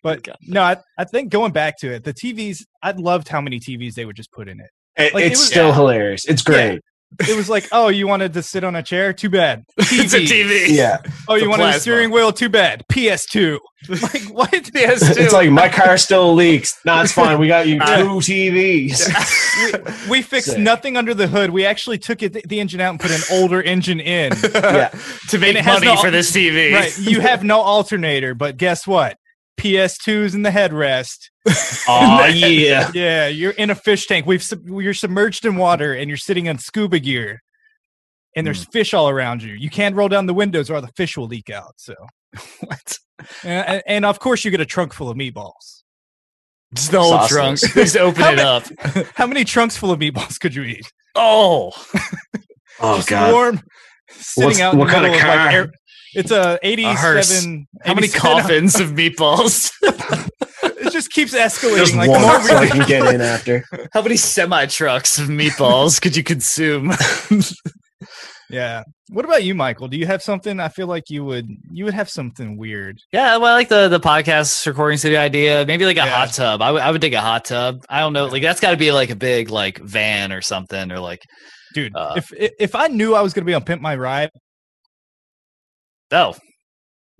[SPEAKER 2] But no, I, I think going back to it, the TVs. I loved how many TVs they would just put in it.
[SPEAKER 3] It-
[SPEAKER 2] Like, it
[SPEAKER 3] it's
[SPEAKER 2] was-
[SPEAKER 3] still hilarious. It's great.
[SPEAKER 2] It was like, oh, you wanted to sit on a chair? Too bad. TV.
[SPEAKER 4] It's a TV.
[SPEAKER 3] Yeah,
[SPEAKER 2] Oh,
[SPEAKER 4] It's
[SPEAKER 2] you
[SPEAKER 4] a
[SPEAKER 2] wanted a
[SPEAKER 4] plasma.
[SPEAKER 2] steering wheel? Too bad. PS2. Like what?
[SPEAKER 3] it's like my car still leaks. No, it's fine. We got you two
[SPEAKER 2] Yeah.
[SPEAKER 3] TVs.
[SPEAKER 2] we fixed
[SPEAKER 3] Sick.
[SPEAKER 2] nothing under the hood. We actually took it, the engine out and put an older engine in.
[SPEAKER 3] Yeah.
[SPEAKER 4] to
[SPEAKER 2] And it
[SPEAKER 4] make
[SPEAKER 2] has
[SPEAKER 4] money
[SPEAKER 2] no-
[SPEAKER 4] for this TV.
[SPEAKER 2] Right. You have no alternator, but guess what? PS2's in the headrest.
[SPEAKER 3] Oh yeah.
[SPEAKER 2] Yeah, you're in a fish tank. We've sub- you're submerged in water and you're sitting in scuba gear. And there's
[SPEAKER 4] Hmm.
[SPEAKER 2] fish all around you. You can't roll down the windows or the fish will leak out. So,
[SPEAKER 4] What?
[SPEAKER 2] and, and of course, you get a trunk full of meatballs.
[SPEAKER 4] Just the whole
[SPEAKER 3] Sauces.
[SPEAKER 4] trunk. Just open
[SPEAKER 2] How
[SPEAKER 4] it
[SPEAKER 2] many-
[SPEAKER 4] up.
[SPEAKER 2] How many trunks full of meatballs could you eat?
[SPEAKER 4] Oh,
[SPEAKER 3] Oh
[SPEAKER 2] Just
[SPEAKER 3] god.
[SPEAKER 2] warm, sitting
[SPEAKER 3] What's-
[SPEAKER 2] out in
[SPEAKER 3] what
[SPEAKER 2] the
[SPEAKER 3] kind of
[SPEAKER 2] middle of like
[SPEAKER 3] car?
[SPEAKER 2] air, it's a
[SPEAKER 4] A hearse.
[SPEAKER 2] 87
[SPEAKER 4] how many
[SPEAKER 2] 87
[SPEAKER 4] coffins of meatballs?
[SPEAKER 2] it just keeps escalating
[SPEAKER 3] Just
[SPEAKER 2] like the
[SPEAKER 3] one,
[SPEAKER 2] more we
[SPEAKER 3] so I can get in after.
[SPEAKER 4] how many semi trucks of meatballs could you consume?
[SPEAKER 2] Yeah. What about you, Michael? Do you have something? I feel like you would you would have something weird.
[SPEAKER 4] yeah, well, I like the the podcast recording studio idea. Maybe like a
[SPEAKER 2] Yeah.
[SPEAKER 4] hot tub. I would I would dig a hot tub. I don't know. Like that's got to be like a big like van or something or like
[SPEAKER 2] Dude,
[SPEAKER 4] Uh.
[SPEAKER 2] if if if I knew I was going to be on Pimp My Ride,
[SPEAKER 4] oh.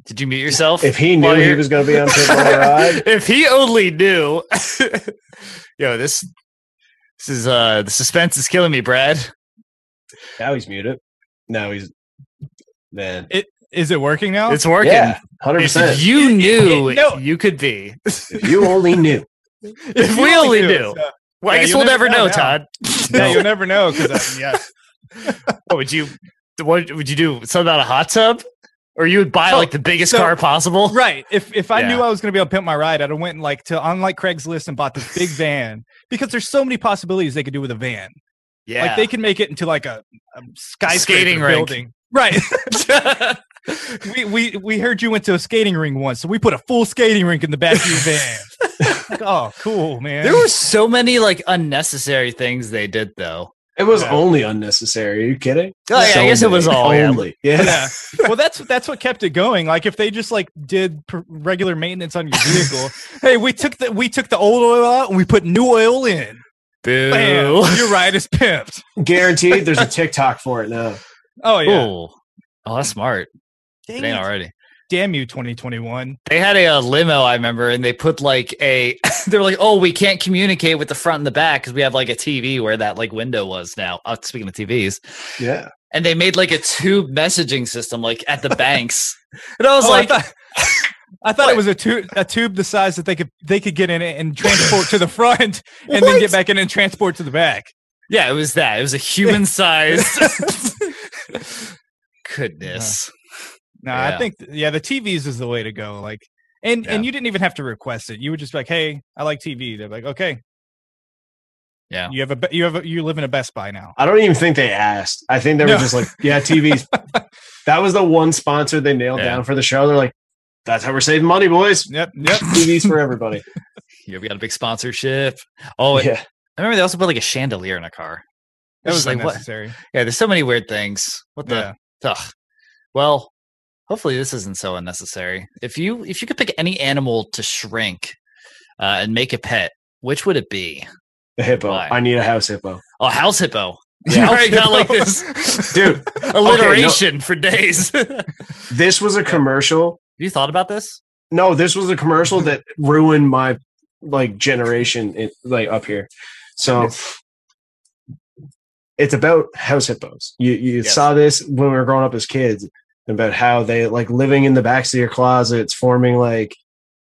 [SPEAKER 4] Did you mute yourself?
[SPEAKER 3] If he knew
[SPEAKER 4] While
[SPEAKER 3] he
[SPEAKER 4] you're-
[SPEAKER 3] was going to be on Pit Bull Ride,
[SPEAKER 4] if he only knew. Yo, this this is uh the suspense is killing me, Brad.
[SPEAKER 3] now he's muted. Now he's man.
[SPEAKER 2] is it working now?
[SPEAKER 4] It's working.
[SPEAKER 3] Oh, Yeah, hundred
[SPEAKER 4] If
[SPEAKER 3] percent.
[SPEAKER 4] you knew,
[SPEAKER 2] No.
[SPEAKER 4] you could be.
[SPEAKER 3] If you only knew.
[SPEAKER 4] If we only
[SPEAKER 2] do.
[SPEAKER 4] knew.
[SPEAKER 2] So,
[SPEAKER 4] Well,
[SPEAKER 2] Yeah,
[SPEAKER 4] I guess
[SPEAKER 2] you'll
[SPEAKER 4] we'll
[SPEAKER 2] never
[SPEAKER 4] never
[SPEAKER 2] know
[SPEAKER 4] know,
[SPEAKER 2] now.
[SPEAKER 4] Todd.
[SPEAKER 2] yeah, you'll never know because yeah,
[SPEAKER 4] What would you? What would you do? Something about a hot tub, or you would buy
[SPEAKER 2] Oh,
[SPEAKER 4] like the biggest
[SPEAKER 2] so-
[SPEAKER 4] car possible?
[SPEAKER 2] right. If if I knew
[SPEAKER 4] Yeah.
[SPEAKER 2] I was going to be on Pimp My Ride, I'd have went like to unlike Craigslist and bought this big van because there's so many possibilities they could do with a van.
[SPEAKER 4] Yeah.
[SPEAKER 2] Like they can make it into like a, a skyscraper
[SPEAKER 4] Skating rink.
[SPEAKER 2] building. Right. we, we we heard you went to a skating ring once, so we put a full skating rink in the back of your van. like, oh, cool, man.
[SPEAKER 4] there were so many like unnecessary things they did though.
[SPEAKER 3] It was
[SPEAKER 2] Yeah.
[SPEAKER 3] only unnecessary. Are you kidding?
[SPEAKER 4] Oh, yeah, I guess it was
[SPEAKER 3] many.
[SPEAKER 4] all, yeah.
[SPEAKER 3] only. Yeah.
[SPEAKER 2] yeah. Well, that's that's what kept it going. Like if they just like did pr- regular maintenance on your vehicle, hey, we took the we took the old oil out and we put new oil in.
[SPEAKER 4] Boo.
[SPEAKER 2] Bam, your ride is pimped.
[SPEAKER 3] Guaranteed there's a TikTok for it now.
[SPEAKER 2] Oh yeah.
[SPEAKER 4] Ooh. Oh, that's smart. It
[SPEAKER 2] Dang
[SPEAKER 4] ain't
[SPEAKER 2] it.
[SPEAKER 4] already.
[SPEAKER 2] Damn you, 2021.
[SPEAKER 4] They had a, uh limo, I remember, and they put like a. they were like, "Oh, we can't communicate with the front and the back because we have like a TV where that like window was now." Uh, speaking of TVs,
[SPEAKER 3] Yeah.
[SPEAKER 4] and they made like a tube messaging system like at the banks and i was
[SPEAKER 2] Oh,
[SPEAKER 4] like
[SPEAKER 2] I thought, I thought it was a tube, a tube the size that they could they could get in it and transport to the front, and then get back in and transport to the back.
[SPEAKER 4] yeah it was that it was a human sized goodness
[SPEAKER 2] No, I
[SPEAKER 4] Yeah.
[SPEAKER 2] think yeah, the TVs is the way to go. Like And
[SPEAKER 4] Yeah.
[SPEAKER 2] and you didn't even have to request it. You would just be like, "Hey, I like TV." They're like, "Okay."
[SPEAKER 4] Yeah.
[SPEAKER 2] You have a Be- you have a, you live in a Best Buy now.
[SPEAKER 3] I don't even think they asked. I think they were
[SPEAKER 2] No.
[SPEAKER 3] just like, yeah, TV. that was the one sponsor they nailed
[SPEAKER 4] Yeah.
[SPEAKER 3] down for the show. They're like, that's how we're saving money, boys.
[SPEAKER 2] Yep. Yep.
[SPEAKER 3] TVs for everybody.
[SPEAKER 4] You ever got a big sponsorship? Oh,
[SPEAKER 3] yeah.
[SPEAKER 4] I remember they also put like a chandelier in a car.
[SPEAKER 2] That
[SPEAKER 4] It's
[SPEAKER 2] was
[SPEAKER 4] just like, what?
[SPEAKER 2] unnecessary.
[SPEAKER 4] Yeah, there's so many weird things. What the?
[SPEAKER 2] Yeah.
[SPEAKER 4] Ugh. Well, hopefully this isn't so unnecessary. If you if you could pick any animal to shrink uh, and make a pet, which would it be?
[SPEAKER 3] The hippo.
[SPEAKER 4] Why?
[SPEAKER 3] I need a house hippo.
[SPEAKER 4] Oh, house hippo.
[SPEAKER 3] Yeah.
[SPEAKER 4] I already got like this
[SPEAKER 3] Dude,
[SPEAKER 4] alliteration for days.
[SPEAKER 3] this was a commercial.
[SPEAKER 4] you thought about this?
[SPEAKER 3] No, this was a commercial that ruined my like generation in, like up here. So it's about house hippos. You you
[SPEAKER 4] Yes.
[SPEAKER 3] saw this when we were growing up as kids about how they like living in the backs of your closets, forming like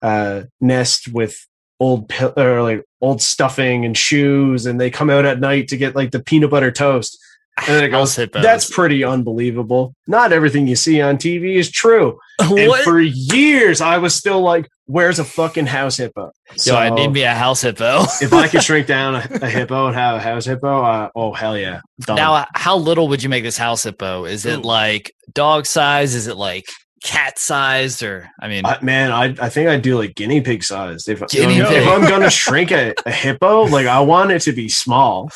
[SPEAKER 3] uh nest with old pill- or like old stuffing and shoes and they come out at night to get like the peanut butter toast. And then it goes,
[SPEAKER 4] House hippos.
[SPEAKER 3] That's pretty unbelievable. Not everything you see on TV is true. And
[SPEAKER 4] what?
[SPEAKER 3] for years, I was still like, "Where's a fucking house hippo?" So
[SPEAKER 4] Yo, I need me a house hippo.
[SPEAKER 3] if I could shrink down a, a hippo and have a house hippo, uh, oh hell yeah! Done.
[SPEAKER 4] Now, how little would you make this house hippo? Is it like dog size? Is it like cat sized? Or I mean,
[SPEAKER 3] I, man, I I think I'd do like guinea pig sized. If,
[SPEAKER 4] Guinea
[SPEAKER 3] if
[SPEAKER 4] pig.
[SPEAKER 3] I'm gonna shrink a, a hippo, like I want it to be small.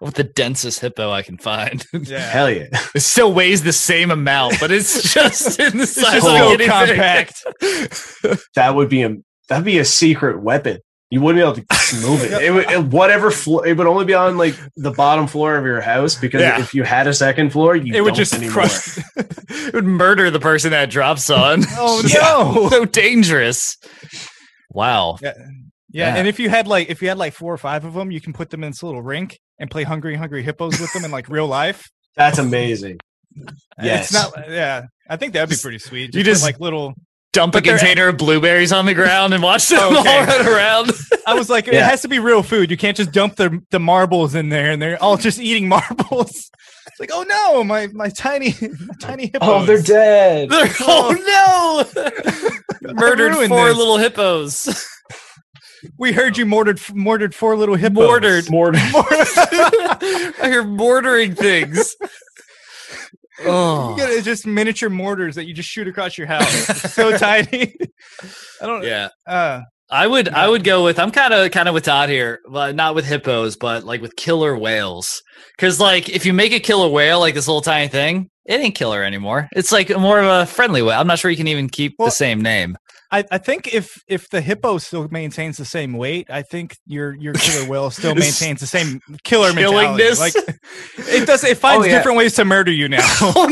[SPEAKER 4] with the densest hippo I can find,
[SPEAKER 2] Yeah.
[SPEAKER 3] Hell yeah!
[SPEAKER 4] it still weighs the same amount, but it's just in the size
[SPEAKER 2] just
[SPEAKER 4] of
[SPEAKER 2] so
[SPEAKER 4] a guinea pig.
[SPEAKER 2] compact.
[SPEAKER 3] That would be a that'd be a secret weapon. You wouldn't be able to move it. It would it, whatever floor. It would only be on like the bottom floor of your house because
[SPEAKER 4] Yeah.
[SPEAKER 3] if you had a second floor, you
[SPEAKER 2] It would
[SPEAKER 3] don't
[SPEAKER 2] just
[SPEAKER 3] anymore.
[SPEAKER 2] crush.
[SPEAKER 4] It would murder the person that it drops on.
[SPEAKER 2] Oh
[SPEAKER 4] Yeah.
[SPEAKER 2] no.
[SPEAKER 4] so dangerous. Wow.
[SPEAKER 2] Yeah,
[SPEAKER 4] Yeah.
[SPEAKER 2] and if you had like if you had like four or five of them, you can put them in this little rink and play Hungry Hungry Hippos with them in like real life.
[SPEAKER 3] That's amazing.
[SPEAKER 2] It's
[SPEAKER 3] Yes.
[SPEAKER 2] not uh, yeah. I think that'd be pretty sweet.
[SPEAKER 4] You
[SPEAKER 2] put,
[SPEAKER 4] just-
[SPEAKER 2] like little
[SPEAKER 4] Dump a
[SPEAKER 2] But they're-
[SPEAKER 4] container of blueberries on the ground and watch them
[SPEAKER 2] Okay.
[SPEAKER 4] all run around.
[SPEAKER 2] I was like, it
[SPEAKER 3] Yeah.
[SPEAKER 2] has to be real food. You can't just dump the the marbles in there and they're all just eating marbles. It's like, oh no, my my tiny my tiny hippos.
[SPEAKER 3] Oh, they're dead.
[SPEAKER 4] They're- oh no! Murdered
[SPEAKER 2] ruined
[SPEAKER 4] four
[SPEAKER 2] this.
[SPEAKER 4] little hippos.
[SPEAKER 2] We heard you mortared mortared four little hippos.
[SPEAKER 4] Mortared.
[SPEAKER 3] Mortar.
[SPEAKER 4] I hear mortaring things.
[SPEAKER 2] You
[SPEAKER 4] Oh,
[SPEAKER 2] get- it's just miniature mortars that you just shoot across your house. It's so tiny. I don't.
[SPEAKER 4] yeah.
[SPEAKER 2] Uh,
[SPEAKER 4] I would I would go with I'm kind of kind of with Todd here, but not with hippos, but like with killer whales. Because like if you make a killer whale like this little tiny thing, it ain't killer anymore. It's like more of a friendly whale. I'm not sure you can even keep
[SPEAKER 2] Well-
[SPEAKER 4] the same name.
[SPEAKER 2] I, I think if if the hippo still maintains the same weight, I think your your killer whale still
[SPEAKER 4] This-
[SPEAKER 2] maintains the same killer
[SPEAKER 4] Killing
[SPEAKER 2] mentality.
[SPEAKER 4] this.
[SPEAKER 2] Like it does. It finds
[SPEAKER 3] yeah.
[SPEAKER 2] different ways to murder you now.
[SPEAKER 4] oh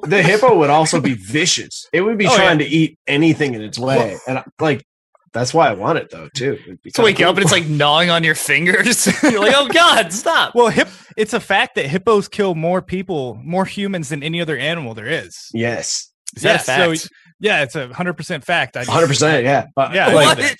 [SPEAKER 4] no!
[SPEAKER 3] the hippo would also be vicious. It would be
[SPEAKER 2] Oh,
[SPEAKER 3] trying to eat anything in its way, and I, like that's why I want it though too. It'd be
[SPEAKER 4] To
[SPEAKER 3] kinda
[SPEAKER 4] wake up and it's like gnawing on your fingers. You're like, oh god, stop!
[SPEAKER 2] Well, hip, it's a fact that hippos kill more people, more humans than any other animal there is.
[SPEAKER 3] cool. Yes,
[SPEAKER 4] Is that
[SPEAKER 2] yeah,
[SPEAKER 4] a
[SPEAKER 2] so-
[SPEAKER 4] fact?
[SPEAKER 2] Yeah, it's a hundred percent fact. I just-
[SPEAKER 3] hundred percent. Yeah, Uh,
[SPEAKER 2] Yeah,
[SPEAKER 3] like,
[SPEAKER 4] What?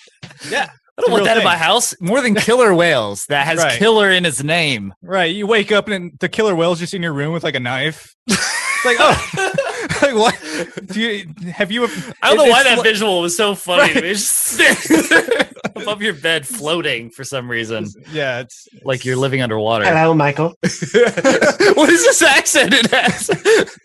[SPEAKER 2] Yeah,
[SPEAKER 4] I don't
[SPEAKER 2] a
[SPEAKER 4] want
[SPEAKER 2] real
[SPEAKER 4] that in
[SPEAKER 2] thing.
[SPEAKER 4] my house. More than killer whales that has
[SPEAKER 2] Right.
[SPEAKER 4] killer in its name.
[SPEAKER 2] right. You wake up and the killer whale's just in your room with like a knife. It's like oh, like what? Do you have you?
[SPEAKER 4] I don't
[SPEAKER 2] it-
[SPEAKER 4] know why
[SPEAKER 2] it's
[SPEAKER 4] that
[SPEAKER 2] like-
[SPEAKER 4] visual was so funny. to
[SPEAKER 2] Right.
[SPEAKER 4] me. It's just above your bed, floating for some reason,
[SPEAKER 2] Yeah, it's
[SPEAKER 4] like you're living underwater.
[SPEAKER 3] Hello, Michael.
[SPEAKER 4] what is this accent it has?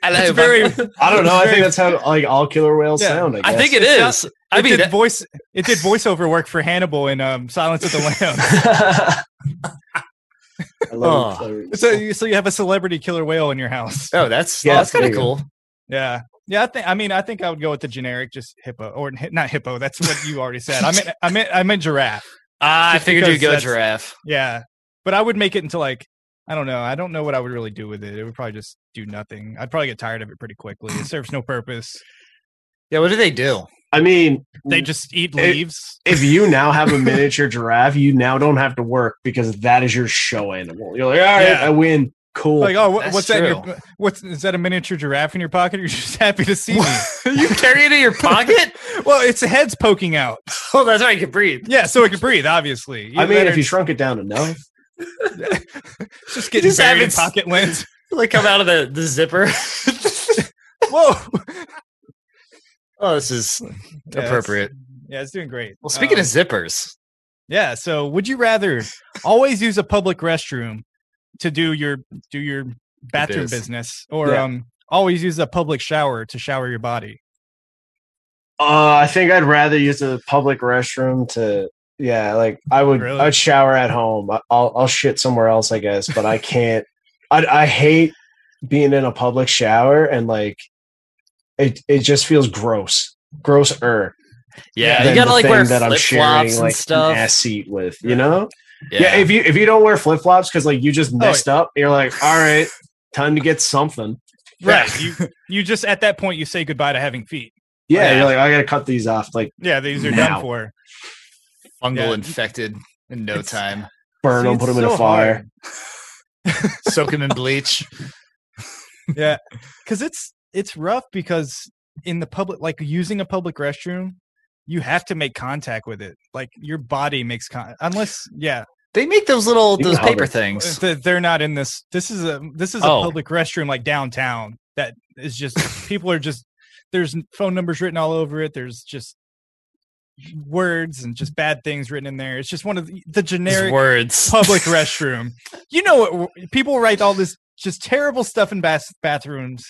[SPEAKER 4] Hello,
[SPEAKER 2] it's very.
[SPEAKER 4] Michael.
[SPEAKER 3] I don't know. I think that's how like all killer whales
[SPEAKER 2] Yeah.
[SPEAKER 3] sound. I,
[SPEAKER 4] I
[SPEAKER 3] guess.
[SPEAKER 4] think it
[SPEAKER 2] It's
[SPEAKER 4] is. I
[SPEAKER 2] it
[SPEAKER 4] mean,
[SPEAKER 2] did
[SPEAKER 4] that-
[SPEAKER 2] voice. It did voiceover work for Hannibal in um, Silence of the Lambs.
[SPEAKER 3] I love
[SPEAKER 4] Oh.
[SPEAKER 3] killer-
[SPEAKER 2] So, you- so you have a celebrity killer whale in your house.
[SPEAKER 4] oh, that's
[SPEAKER 3] Yeah,
[SPEAKER 4] that's kind
[SPEAKER 3] there
[SPEAKER 4] of
[SPEAKER 3] you go.
[SPEAKER 4] cool.
[SPEAKER 2] Yeah. Yeah, I think I mean I think I would go with the generic just hippo or hi- not hippo. That's what you already said. I meant I meant I meant giraffe.
[SPEAKER 4] Ah, I
[SPEAKER 2] Just
[SPEAKER 4] figured you'd
[SPEAKER 2] because
[SPEAKER 4] go
[SPEAKER 2] that's-
[SPEAKER 4] giraffe.
[SPEAKER 2] Yeah. But I would make it into like I don't know. I don't know what I would really do with it. It would probably just do nothing. I'd probably get tired of it pretty quickly. It serves no purpose.
[SPEAKER 4] Yeah, what do they do?
[SPEAKER 3] I mean,
[SPEAKER 2] They
[SPEAKER 4] Mm.
[SPEAKER 2] just eat
[SPEAKER 3] It-
[SPEAKER 2] leaves.
[SPEAKER 3] if you now have a miniature giraffe, you now don't have to work because that is your show animal. You're like, all right,
[SPEAKER 2] Yeah.
[SPEAKER 3] I win. Cool.
[SPEAKER 2] Like, oh, what,
[SPEAKER 4] That's
[SPEAKER 2] what's that? In your, what's is that a miniature giraffe in your pocket? You're just happy to see me.
[SPEAKER 4] you carry it in your pocket?
[SPEAKER 2] Well, its head's poking out.
[SPEAKER 4] oh, that's right. You can breathe.
[SPEAKER 2] Yeah, so it can breathe. Obviously,
[SPEAKER 3] I mean,
[SPEAKER 2] Either
[SPEAKER 3] if you
[SPEAKER 2] it's
[SPEAKER 3] shrunk it down enough,
[SPEAKER 2] just getting
[SPEAKER 4] just have
[SPEAKER 2] buried in
[SPEAKER 4] its-
[SPEAKER 2] pocket lint.
[SPEAKER 4] Like come out of the, the zipper.
[SPEAKER 2] Whoa,
[SPEAKER 4] oh, this is
[SPEAKER 2] Hmm. Yeah, it's-
[SPEAKER 4] Oh, appropriate.
[SPEAKER 2] Yeah, it's doing great.
[SPEAKER 4] Well, speaking
[SPEAKER 2] Um,
[SPEAKER 4] of zippers,
[SPEAKER 2] Yeah. So, would you rather always use a public restroom to do your do your bathroom
[SPEAKER 4] biz.
[SPEAKER 2] business, or
[SPEAKER 3] Yeah.
[SPEAKER 2] um, always use a public shower to shower your body?
[SPEAKER 3] Uh, I think I'd rather use the public restroom to. Yeah, like I would.
[SPEAKER 2] Really?
[SPEAKER 3] I'd shower at home. I- I'll I'll shit somewhere else, I guess. But I can't. I I hate being in a public shower and like it. It just feels gross. Grosser.
[SPEAKER 4] yeah,
[SPEAKER 3] than
[SPEAKER 4] you gotta
[SPEAKER 3] the
[SPEAKER 4] like wear
[SPEAKER 3] thing
[SPEAKER 4] flip flops and stuff.
[SPEAKER 3] an ass seat with. You know.
[SPEAKER 4] yeah,
[SPEAKER 3] Yeah. if you if you don't wear flip flops because like you just
[SPEAKER 2] Oh,
[SPEAKER 3] messed up, you're like, all right, time to get
[SPEAKER 2] Oh,
[SPEAKER 3] something.
[SPEAKER 4] Right.
[SPEAKER 2] You you just at that point you say goodbye to having feet.
[SPEAKER 3] Yeah,
[SPEAKER 4] Yeah.
[SPEAKER 3] you're like, I gotta cut these off. Like
[SPEAKER 2] Yeah, these are
[SPEAKER 3] Now.
[SPEAKER 2] done for.
[SPEAKER 4] fungal
[SPEAKER 2] yeah.
[SPEAKER 4] infected in no
[SPEAKER 2] It's-
[SPEAKER 4] time.
[SPEAKER 2] See,
[SPEAKER 3] burn them,
[SPEAKER 2] it's
[SPEAKER 3] put them in
[SPEAKER 2] so
[SPEAKER 3] a fire.
[SPEAKER 2] hard.
[SPEAKER 4] Soak them in bleach.
[SPEAKER 2] Yeah, because it's it's rough because in the public, like using a public restroom, you have to make contact with it. Like your body makes con unless yeah,
[SPEAKER 4] They make those little
[SPEAKER 3] You
[SPEAKER 4] those
[SPEAKER 3] can hold
[SPEAKER 4] paper
[SPEAKER 3] it.
[SPEAKER 4] things.
[SPEAKER 2] Th- they're not in this. This is a this is a
[SPEAKER 4] Oh.
[SPEAKER 2] public restroom like downtown that is just people are just there's n- phone numbers written all over it. There's just words and just bad things written in there. It's just one of the, the
[SPEAKER 4] These
[SPEAKER 2] generic
[SPEAKER 4] words.
[SPEAKER 2] public restroom. You know what? w- People write all this just terrible stuff in bas- bathrooms.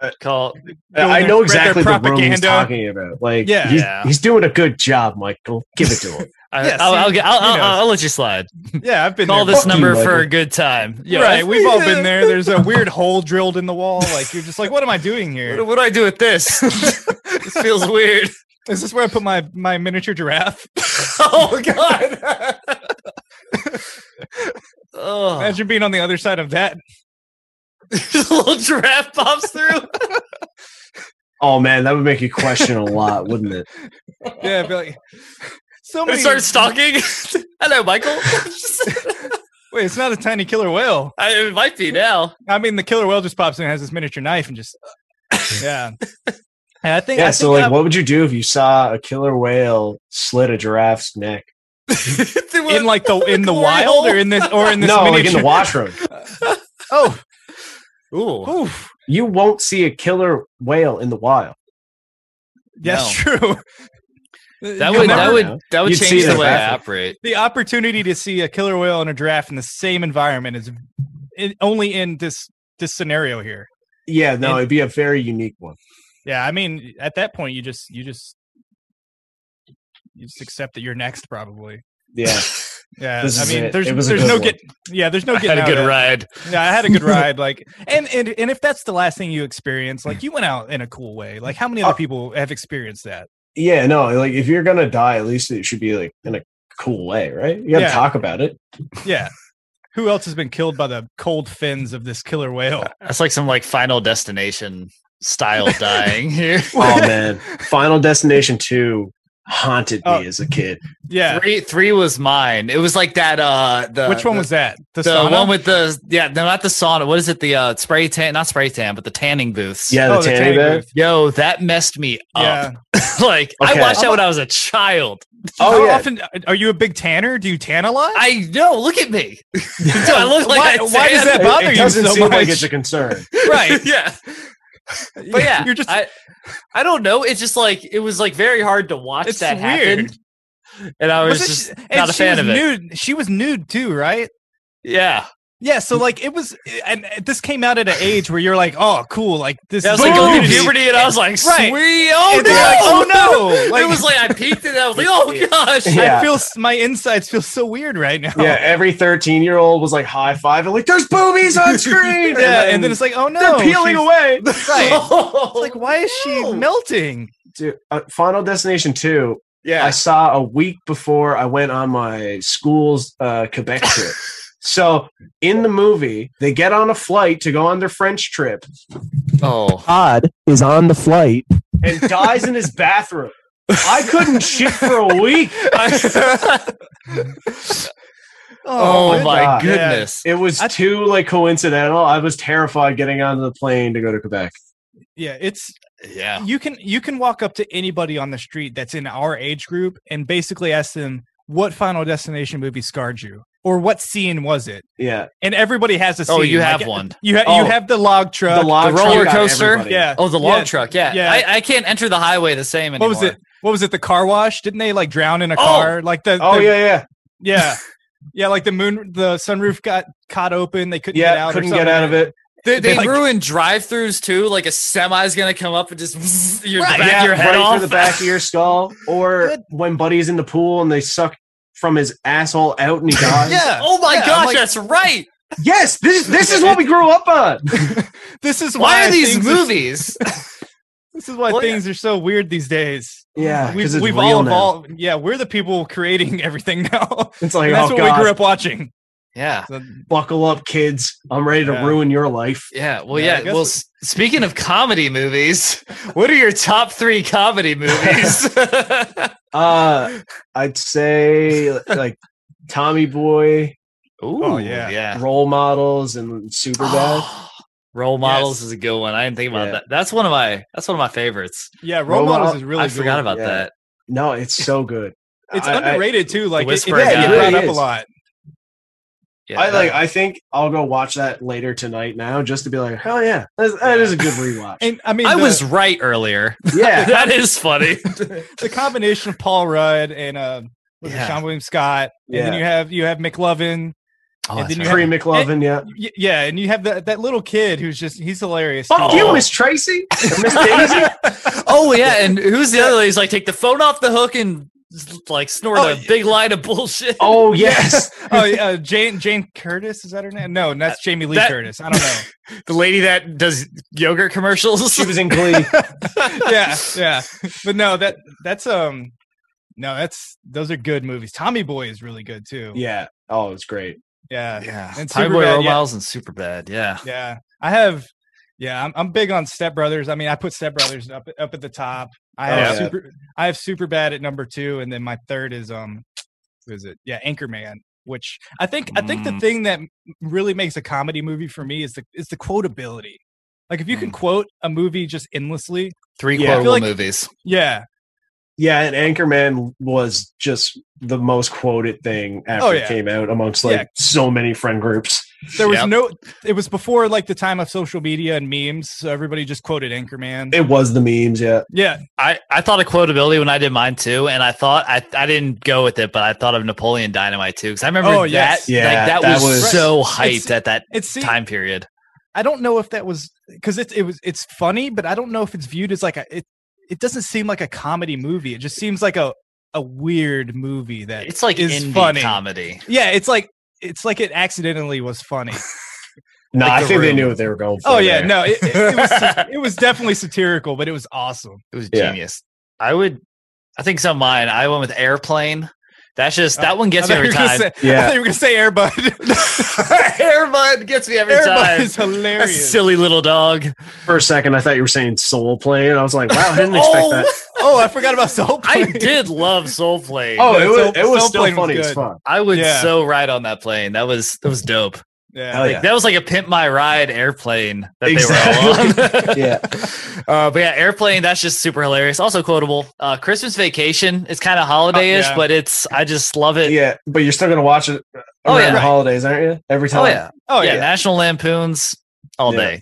[SPEAKER 4] Uh, Call
[SPEAKER 2] Go
[SPEAKER 3] I
[SPEAKER 2] in
[SPEAKER 3] know
[SPEAKER 2] there, spread their
[SPEAKER 3] exactly the room he's
[SPEAKER 2] propaganda.
[SPEAKER 3] talking about. Like,
[SPEAKER 2] Yeah.
[SPEAKER 3] he's,
[SPEAKER 4] Yeah.
[SPEAKER 3] he's doing a good job, Michael. Give it to him.
[SPEAKER 4] I,
[SPEAKER 2] Yeah,
[SPEAKER 4] I'll,
[SPEAKER 2] see,
[SPEAKER 4] I'll, get- I'll,
[SPEAKER 2] he
[SPEAKER 4] I'll,
[SPEAKER 2] knows.
[SPEAKER 4] I'll let you slide.
[SPEAKER 2] Yeah, I've been
[SPEAKER 4] Call
[SPEAKER 2] there
[SPEAKER 4] this
[SPEAKER 3] Fuck you,
[SPEAKER 4] number for
[SPEAKER 3] Michael.
[SPEAKER 4] a good time. Yeah.
[SPEAKER 2] right, we've all been there. There's a weird hole drilled in the wall. Like you're just like, what am I doing
[SPEAKER 4] What,
[SPEAKER 2] here?
[SPEAKER 4] what do I do with this? this feels weird.
[SPEAKER 2] Is this where I put my my miniature giraffe?
[SPEAKER 4] Oh God. oh,
[SPEAKER 2] Imagine being on the other side of that.
[SPEAKER 4] little giraffe pops through.
[SPEAKER 3] oh man, that would make you question a lot, wouldn't it?
[SPEAKER 2] Yeah, I'd be like, so
[SPEAKER 4] It
[SPEAKER 2] many.
[SPEAKER 4] starts stalking. Hello, Michael.
[SPEAKER 2] Wait, it's not a tiny killer whale.
[SPEAKER 4] I, it might be now.
[SPEAKER 2] I mean, the killer whale just pops in and has this miniature knife and just. Yeah. And I think. I
[SPEAKER 3] Yeah.
[SPEAKER 2] think
[SPEAKER 3] So, like,
[SPEAKER 2] I-
[SPEAKER 3] what would you do if you saw a killer whale slit a giraffe's neck?
[SPEAKER 2] in like the in the
[SPEAKER 4] Killer
[SPEAKER 2] wild
[SPEAKER 4] whale?
[SPEAKER 2] or in this or in this
[SPEAKER 3] No, like in
[SPEAKER 2] miniature.
[SPEAKER 3] the washroom.
[SPEAKER 2] oh,
[SPEAKER 4] Ooh.
[SPEAKER 2] oof.
[SPEAKER 3] You won't see a killer whale in the wild.
[SPEAKER 2] That's true.
[SPEAKER 4] That
[SPEAKER 2] You'll
[SPEAKER 4] would that
[SPEAKER 2] never-
[SPEAKER 4] would that would
[SPEAKER 3] You'd see
[SPEAKER 4] change
[SPEAKER 3] it
[SPEAKER 4] the
[SPEAKER 3] in
[SPEAKER 4] way I
[SPEAKER 3] bathroom.
[SPEAKER 4] operate.
[SPEAKER 2] the opportunity to see a killer whale and a giraffe in the same environment is in, only in this this scenario here.
[SPEAKER 3] Yeah, no,
[SPEAKER 2] And-
[SPEAKER 3] it'd be a very unique one.
[SPEAKER 2] Yeah, I mean, at that point, you just you just you just accept that you're next, probably.
[SPEAKER 3] Yeah,
[SPEAKER 2] Yeah,
[SPEAKER 3] This
[SPEAKER 2] I
[SPEAKER 3] is
[SPEAKER 2] mean,
[SPEAKER 3] it.
[SPEAKER 2] there's
[SPEAKER 3] It was a
[SPEAKER 2] there's
[SPEAKER 3] good
[SPEAKER 2] no
[SPEAKER 3] one.
[SPEAKER 2] get. Yeah, there's no
[SPEAKER 4] I
[SPEAKER 2] getting
[SPEAKER 4] had a
[SPEAKER 2] out
[SPEAKER 4] good
[SPEAKER 2] of that.
[SPEAKER 4] ride.
[SPEAKER 2] Yeah, I had a good ride. Like, and and and if that's the last thing you experience, like you went out in a cool way. Like, how many other
[SPEAKER 3] Uh,
[SPEAKER 2] people have experienced that?
[SPEAKER 3] yeah, no, like if you're gonna die, at least it should be like in a cool way, right? You gotta
[SPEAKER 2] Yeah.
[SPEAKER 3] talk about it.
[SPEAKER 2] Yeah. Who else has been killed by the cold fins of this killer whale?
[SPEAKER 4] That's like some like Final Destination style dying here.
[SPEAKER 3] Oh man, Final Destination Two haunted me
[SPEAKER 2] Oh.
[SPEAKER 3] as a kid.
[SPEAKER 2] Yeah.
[SPEAKER 4] Three three was mine. It was like that. Uh, the
[SPEAKER 2] Which one
[SPEAKER 4] the-
[SPEAKER 2] was that?
[SPEAKER 4] the,
[SPEAKER 2] sauna?
[SPEAKER 4] one with the yeah? No, not the sauna. What is it? The uh, spray tan, not spray tan, but the tanning booths.
[SPEAKER 3] Yeah, the
[SPEAKER 2] Oh, the
[SPEAKER 3] tanning
[SPEAKER 2] tanning
[SPEAKER 3] bed.
[SPEAKER 2] booth.
[SPEAKER 4] Yo, that messed me
[SPEAKER 2] Yeah.
[SPEAKER 4] up. like
[SPEAKER 3] Okay.
[SPEAKER 4] I watched that when I was a child.
[SPEAKER 2] How
[SPEAKER 3] Oh yeah,
[SPEAKER 2] often uh, are you a big tanner? Do you tan a lot?
[SPEAKER 4] I know. Look at me. Do I look like
[SPEAKER 2] Why-
[SPEAKER 4] I
[SPEAKER 2] why does
[SPEAKER 4] tan?
[SPEAKER 2] that bother
[SPEAKER 3] it, it
[SPEAKER 2] you
[SPEAKER 3] doesn't
[SPEAKER 2] so
[SPEAKER 3] seem like
[SPEAKER 2] much?
[SPEAKER 3] it's a concern.
[SPEAKER 2] right.
[SPEAKER 4] yeah. But yeah,
[SPEAKER 2] you're just
[SPEAKER 4] I, I don't know. It's just like it was like very hard to watch
[SPEAKER 2] It's
[SPEAKER 4] that
[SPEAKER 2] weird.
[SPEAKER 4] happen. And I was
[SPEAKER 2] Wasn't
[SPEAKER 4] just
[SPEAKER 2] she- and
[SPEAKER 4] not a
[SPEAKER 2] she
[SPEAKER 4] fan
[SPEAKER 2] was
[SPEAKER 4] of it.
[SPEAKER 2] Nude. She was nude too, right?
[SPEAKER 4] yeah.
[SPEAKER 2] Yeah. So like it was, and this came out at an age where you're like, oh, cool. Like this.
[SPEAKER 4] I was
[SPEAKER 2] is
[SPEAKER 4] like going
[SPEAKER 2] nudity.
[SPEAKER 4] through puberty and I was like,
[SPEAKER 2] Right.
[SPEAKER 4] sweet. Oh
[SPEAKER 2] And
[SPEAKER 4] no.
[SPEAKER 2] you're like, oh no. Like,
[SPEAKER 4] it was like I peeked and I was like, oh gosh.
[SPEAKER 3] Yeah.
[SPEAKER 2] I feel s- my insides feel so weird right now.
[SPEAKER 3] Yeah, every 13 year old was like high five and like, there's boobies on screen.
[SPEAKER 2] Yeah, and then it's like, oh no,
[SPEAKER 3] they're peeling
[SPEAKER 2] she's-
[SPEAKER 3] away.
[SPEAKER 2] Right.
[SPEAKER 4] Oh,
[SPEAKER 2] It's like, why is she
[SPEAKER 4] no.
[SPEAKER 2] melting?
[SPEAKER 3] Dude, uh, Final Destination 2,
[SPEAKER 2] Yeah.
[SPEAKER 3] I saw a week before I went on my school's uh, Quebec trip. so in the movie, they get on a flight to go on their French trip.
[SPEAKER 4] oh.
[SPEAKER 3] Todd is on the flight and dies in his bathroom. I couldn't shit for a week.
[SPEAKER 4] oh,
[SPEAKER 3] my
[SPEAKER 4] my
[SPEAKER 3] God.
[SPEAKER 4] goodness.
[SPEAKER 3] It was
[SPEAKER 2] I-
[SPEAKER 3] too like coincidental. I was terrified getting onto the plane to go to Quebec.
[SPEAKER 2] Yeah, it's
[SPEAKER 4] Yeah.
[SPEAKER 2] you can you can walk up to anybody on the street that's in our age group and basically ask them what Final Destination movie scarred you or what scene was it,
[SPEAKER 3] Yeah.
[SPEAKER 2] and everybody has a scene.
[SPEAKER 4] Oh, you have
[SPEAKER 2] Like,
[SPEAKER 4] one.
[SPEAKER 2] You have
[SPEAKER 3] Oh.
[SPEAKER 2] you have the log truck.
[SPEAKER 3] log
[SPEAKER 4] roller
[SPEAKER 3] truck got
[SPEAKER 4] coaster?
[SPEAKER 3] everybody.
[SPEAKER 2] yeah.
[SPEAKER 4] Oh, the log
[SPEAKER 2] Yeah.
[SPEAKER 4] truck. Yeah.
[SPEAKER 2] Yeah.
[SPEAKER 4] I, I can't enter the highway the same
[SPEAKER 2] What
[SPEAKER 4] anymore.
[SPEAKER 2] was it? what was it? The car wash? Didn't they like drown in a
[SPEAKER 4] Oh!
[SPEAKER 2] car? Like the
[SPEAKER 3] Oh
[SPEAKER 2] the-
[SPEAKER 3] yeah, yeah,
[SPEAKER 2] yeah, yeah. Like the moon, the sunroof got caught open. They couldn't get
[SPEAKER 3] yeah.
[SPEAKER 2] out.
[SPEAKER 3] Couldn't get out of it.
[SPEAKER 4] They,
[SPEAKER 2] They,
[SPEAKER 4] they
[SPEAKER 2] like-
[SPEAKER 4] ruin drive-throughs too. Like a semi's gonna come up and just your
[SPEAKER 1] Right.
[SPEAKER 4] back
[SPEAKER 3] yeah,
[SPEAKER 4] your head
[SPEAKER 3] right
[SPEAKER 4] off.
[SPEAKER 3] through the back of your skull. Or when Buddy's in the pool and they suck from his asshole out and he dies.
[SPEAKER 2] Yeah.
[SPEAKER 4] oh my
[SPEAKER 2] Yeah, I'm
[SPEAKER 4] gosh,
[SPEAKER 2] like-
[SPEAKER 4] that's right.
[SPEAKER 3] Yes, this this is what we grew up on.
[SPEAKER 2] This is why,
[SPEAKER 4] Why are these
[SPEAKER 2] things
[SPEAKER 4] movies?
[SPEAKER 2] This is why
[SPEAKER 4] Well, yeah.
[SPEAKER 2] things are so weird these days.
[SPEAKER 3] Yeah,
[SPEAKER 2] We've,
[SPEAKER 3] because it's
[SPEAKER 2] we've
[SPEAKER 3] real
[SPEAKER 2] all
[SPEAKER 3] now.
[SPEAKER 2] evolved. Yeah, we're the people creating everything now.
[SPEAKER 3] It's like
[SPEAKER 2] And that's
[SPEAKER 3] oh
[SPEAKER 2] what we
[SPEAKER 3] god,
[SPEAKER 2] grew up watching.
[SPEAKER 4] yeah.
[SPEAKER 2] So-
[SPEAKER 3] buckle up, kids. I'm ready to
[SPEAKER 2] Yeah.
[SPEAKER 3] ruin your life.
[SPEAKER 4] Yeah, well,
[SPEAKER 2] Yeah, I
[SPEAKER 4] yeah.
[SPEAKER 2] guess
[SPEAKER 4] Well,
[SPEAKER 2] it-
[SPEAKER 4] s speaking of comedy movies, what are your top three comedy movies?
[SPEAKER 2] Oh,
[SPEAKER 3] Uh, I'd say like Tommy Boy,
[SPEAKER 4] Ooh,
[SPEAKER 2] yeah.
[SPEAKER 4] yeah.
[SPEAKER 3] role models, and super bad.
[SPEAKER 4] Role models is a good one. I didn't think about
[SPEAKER 3] Yeah.
[SPEAKER 4] that. That's one of my. That's one of my favorites.
[SPEAKER 2] yeah, role
[SPEAKER 3] Role
[SPEAKER 2] models
[SPEAKER 3] model-
[SPEAKER 2] is really.
[SPEAKER 4] I forgot
[SPEAKER 2] good.
[SPEAKER 4] about
[SPEAKER 3] yeah.
[SPEAKER 4] that.
[SPEAKER 3] No, it's so good.
[SPEAKER 2] It's
[SPEAKER 3] I- I-
[SPEAKER 2] underrated too. Like it, it,
[SPEAKER 4] Whisperer
[SPEAKER 2] doesn't get
[SPEAKER 4] guy.
[SPEAKER 2] brought
[SPEAKER 3] It
[SPEAKER 2] up a
[SPEAKER 3] is.
[SPEAKER 2] lot.
[SPEAKER 4] Yeah,
[SPEAKER 3] I like.
[SPEAKER 4] that-
[SPEAKER 3] I think I'll go watch that later tonight. Now, just to be like, hell yeah, that's, that is a good rewatch.
[SPEAKER 2] And I mean,
[SPEAKER 4] I
[SPEAKER 2] the-
[SPEAKER 4] was right earlier.
[SPEAKER 3] yeah,
[SPEAKER 4] that is funny.
[SPEAKER 2] the combination of Paul Rudd and uh, was it
[SPEAKER 4] Yeah.
[SPEAKER 2] Sean William Scott, and then
[SPEAKER 3] Yeah.
[SPEAKER 2] you have you have McLovin,
[SPEAKER 4] Oh,
[SPEAKER 2] And
[SPEAKER 4] that's
[SPEAKER 2] then you
[SPEAKER 4] right.
[SPEAKER 3] pre McLovin. Yeah,
[SPEAKER 2] y- yeah, and you have that that little kid who's just he's hilarious.
[SPEAKER 3] fuck
[SPEAKER 2] too.
[SPEAKER 3] you, Miss Tracy, or Miss Daisy.
[SPEAKER 4] oh yeah, and who's the other lady? He's like, take the phone off the hook and like snort
[SPEAKER 2] Oh,
[SPEAKER 4] a big line of bullshit.
[SPEAKER 3] Oh yes,
[SPEAKER 2] oh, yeah, uh, Jane Jane Curtis is that her name? No, that's Jamie Lee
[SPEAKER 4] Uh, that-
[SPEAKER 2] Curtis. I don't know.
[SPEAKER 4] the lady that does yogurt commercials.
[SPEAKER 3] she was in Glee.
[SPEAKER 2] yeah, yeah. But no, that that's um no, that's those are good movies. Tommy Boy is really good too.
[SPEAKER 3] Yeah. Oh, it's great.
[SPEAKER 2] Yeah.
[SPEAKER 4] yeah,
[SPEAKER 2] And
[SPEAKER 4] Time Boy
[SPEAKER 2] Superbad,
[SPEAKER 4] Role
[SPEAKER 2] yeah.
[SPEAKER 4] Models and super bad. Yeah,
[SPEAKER 2] Yeah. I have yeah, I'm I'm big on Step Brothers. I mean, I put Step Brothers up up at the top. I
[SPEAKER 3] Oh,
[SPEAKER 2] have
[SPEAKER 3] yeah.
[SPEAKER 2] super I have super bad at number two, and then my third is um who is it? Yeah, Anchorman. Which I think I think the
[SPEAKER 4] Mm.
[SPEAKER 2] thing that really makes a comedy movie for me is the is the quotability. Like if you can
[SPEAKER 4] Mm.
[SPEAKER 2] quote a movie just endlessly,
[SPEAKER 4] three
[SPEAKER 3] Yeah. I
[SPEAKER 2] feel
[SPEAKER 4] quotable
[SPEAKER 2] like-
[SPEAKER 4] movies.
[SPEAKER 2] yeah,
[SPEAKER 3] Yeah, and Anchorman was just the most quoted thing after
[SPEAKER 2] Oh, yeah.
[SPEAKER 3] it came out amongst like
[SPEAKER 2] Yeah.
[SPEAKER 3] so many friend groups.
[SPEAKER 2] There was
[SPEAKER 4] Yep.
[SPEAKER 2] no. It was before like the time of social media and memes, so everybody just quoted Anchorman.
[SPEAKER 3] It was the memes, yeah.
[SPEAKER 2] yeah,
[SPEAKER 4] I, I thought of quotability when I did mine too, and I thought I, I didn't go with it, but I thought of Napoleon Dynamite too because I remember
[SPEAKER 2] Oh,
[SPEAKER 4] that like,
[SPEAKER 2] yes.
[SPEAKER 3] Yeah,
[SPEAKER 4] that,
[SPEAKER 3] that
[SPEAKER 4] was,
[SPEAKER 3] was-
[SPEAKER 4] so
[SPEAKER 2] It's-
[SPEAKER 4] hyped at that
[SPEAKER 2] it's see,
[SPEAKER 4] time period.
[SPEAKER 2] I don't know if that was because it it was it's funny, but I don't know if it's viewed as like a it. It doesn't seem like a comedy movie. It just seems like a a weird movie that.
[SPEAKER 4] It's like
[SPEAKER 2] It's
[SPEAKER 4] indie
[SPEAKER 2] funny.
[SPEAKER 4] comedy.
[SPEAKER 2] yeah, it's like it's like it accidentally was funny.
[SPEAKER 3] No,
[SPEAKER 4] Like
[SPEAKER 3] I
[SPEAKER 4] The
[SPEAKER 3] think they
[SPEAKER 4] Room.
[SPEAKER 3] knew what they were going for.
[SPEAKER 2] oh yeah,
[SPEAKER 3] there.
[SPEAKER 2] no, it, it, it was it was definitely satirical, but it was awesome.
[SPEAKER 4] It was
[SPEAKER 3] Yeah.
[SPEAKER 4] genius. I would, I think some of mine. I went with Airplane. That's just
[SPEAKER 2] Oh,
[SPEAKER 4] that one gets me
[SPEAKER 2] I thought
[SPEAKER 4] every
[SPEAKER 2] you were gonna
[SPEAKER 4] time.
[SPEAKER 2] say- I
[SPEAKER 3] Yeah.
[SPEAKER 2] thought you were gonna say Airbud.
[SPEAKER 4] Airbud gets me every
[SPEAKER 2] Airbud
[SPEAKER 4] time.
[SPEAKER 2] is
[SPEAKER 4] A
[SPEAKER 2] hilarious.
[SPEAKER 4] silly little dog.
[SPEAKER 3] For a second I thought you were saying soul plane. I was like, wow, I didn't expect
[SPEAKER 4] Oh,
[SPEAKER 3] that.
[SPEAKER 2] Oh, I forgot about Soul
[SPEAKER 4] I
[SPEAKER 2] Plane.
[SPEAKER 4] did love Soul Plane.
[SPEAKER 3] Oh,
[SPEAKER 2] Yeah,
[SPEAKER 3] it was
[SPEAKER 2] Soul-
[SPEAKER 3] it was
[SPEAKER 2] Soul
[SPEAKER 3] still
[SPEAKER 2] Plane was
[SPEAKER 3] funny as
[SPEAKER 2] good.
[SPEAKER 3] fuck.
[SPEAKER 4] I would
[SPEAKER 2] Yeah. Oh,
[SPEAKER 4] so ride on that plane. That was that was dope.
[SPEAKER 2] Yeah.
[SPEAKER 3] Hell
[SPEAKER 4] Like,
[SPEAKER 3] yeah.
[SPEAKER 4] That was like a pimp my ride airplane that
[SPEAKER 3] Exactly.
[SPEAKER 4] they were
[SPEAKER 3] Yeah.
[SPEAKER 4] all on. uh, but yeah, airplane. That's just super hilarious. Also quotable. Uh, Christmas vacation. It's kind of holiday-ish,
[SPEAKER 2] Oh, yeah.
[SPEAKER 4] but it's I just love it.
[SPEAKER 3] Yeah. But you're still gonna watch it around
[SPEAKER 4] Oh, yeah.
[SPEAKER 3] the holidays, aren't you? Every time.
[SPEAKER 4] Oh yeah.
[SPEAKER 2] Oh yeah.
[SPEAKER 4] yeah, National Lampoons all
[SPEAKER 3] Yeah.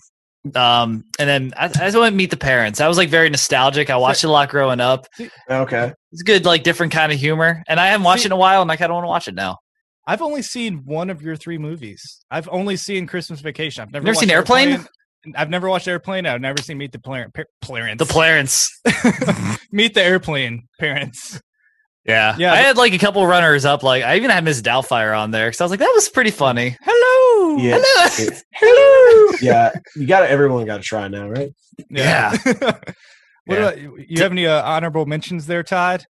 [SPEAKER 4] day. Um, and then I, I just went meet the parents. I was like very nostalgic. I watched it a lot growing up.
[SPEAKER 3] Okay.
[SPEAKER 4] It's good, like different kind of humor. And I haven't watched
[SPEAKER 2] See-
[SPEAKER 4] it in a while, and I kind of want to watch it now.
[SPEAKER 2] I've only seen one of your three movies. I've only seen Christmas Vacation. I've never,
[SPEAKER 4] Never seen
[SPEAKER 2] watched
[SPEAKER 4] Airplane?
[SPEAKER 2] I've never watched Airplane. I've never seen Meet the Parent. Par- Parents.
[SPEAKER 4] The Clarence.
[SPEAKER 2] Meet the Airplane Parents.
[SPEAKER 4] Yeah.
[SPEAKER 2] Yeah,
[SPEAKER 4] I
[SPEAKER 2] but-
[SPEAKER 4] had like a couple runners up. Like I even had Miss Doubtfire on there because I was like, that was pretty funny. Hello.
[SPEAKER 3] Yeah.
[SPEAKER 4] Hello.
[SPEAKER 3] Yeah.
[SPEAKER 4] Hello.
[SPEAKER 3] Yeah. You gotta everyone gotta try now, right?
[SPEAKER 2] what
[SPEAKER 4] Yeah.
[SPEAKER 2] about you? You have any uh, honorable mentions there, Todd?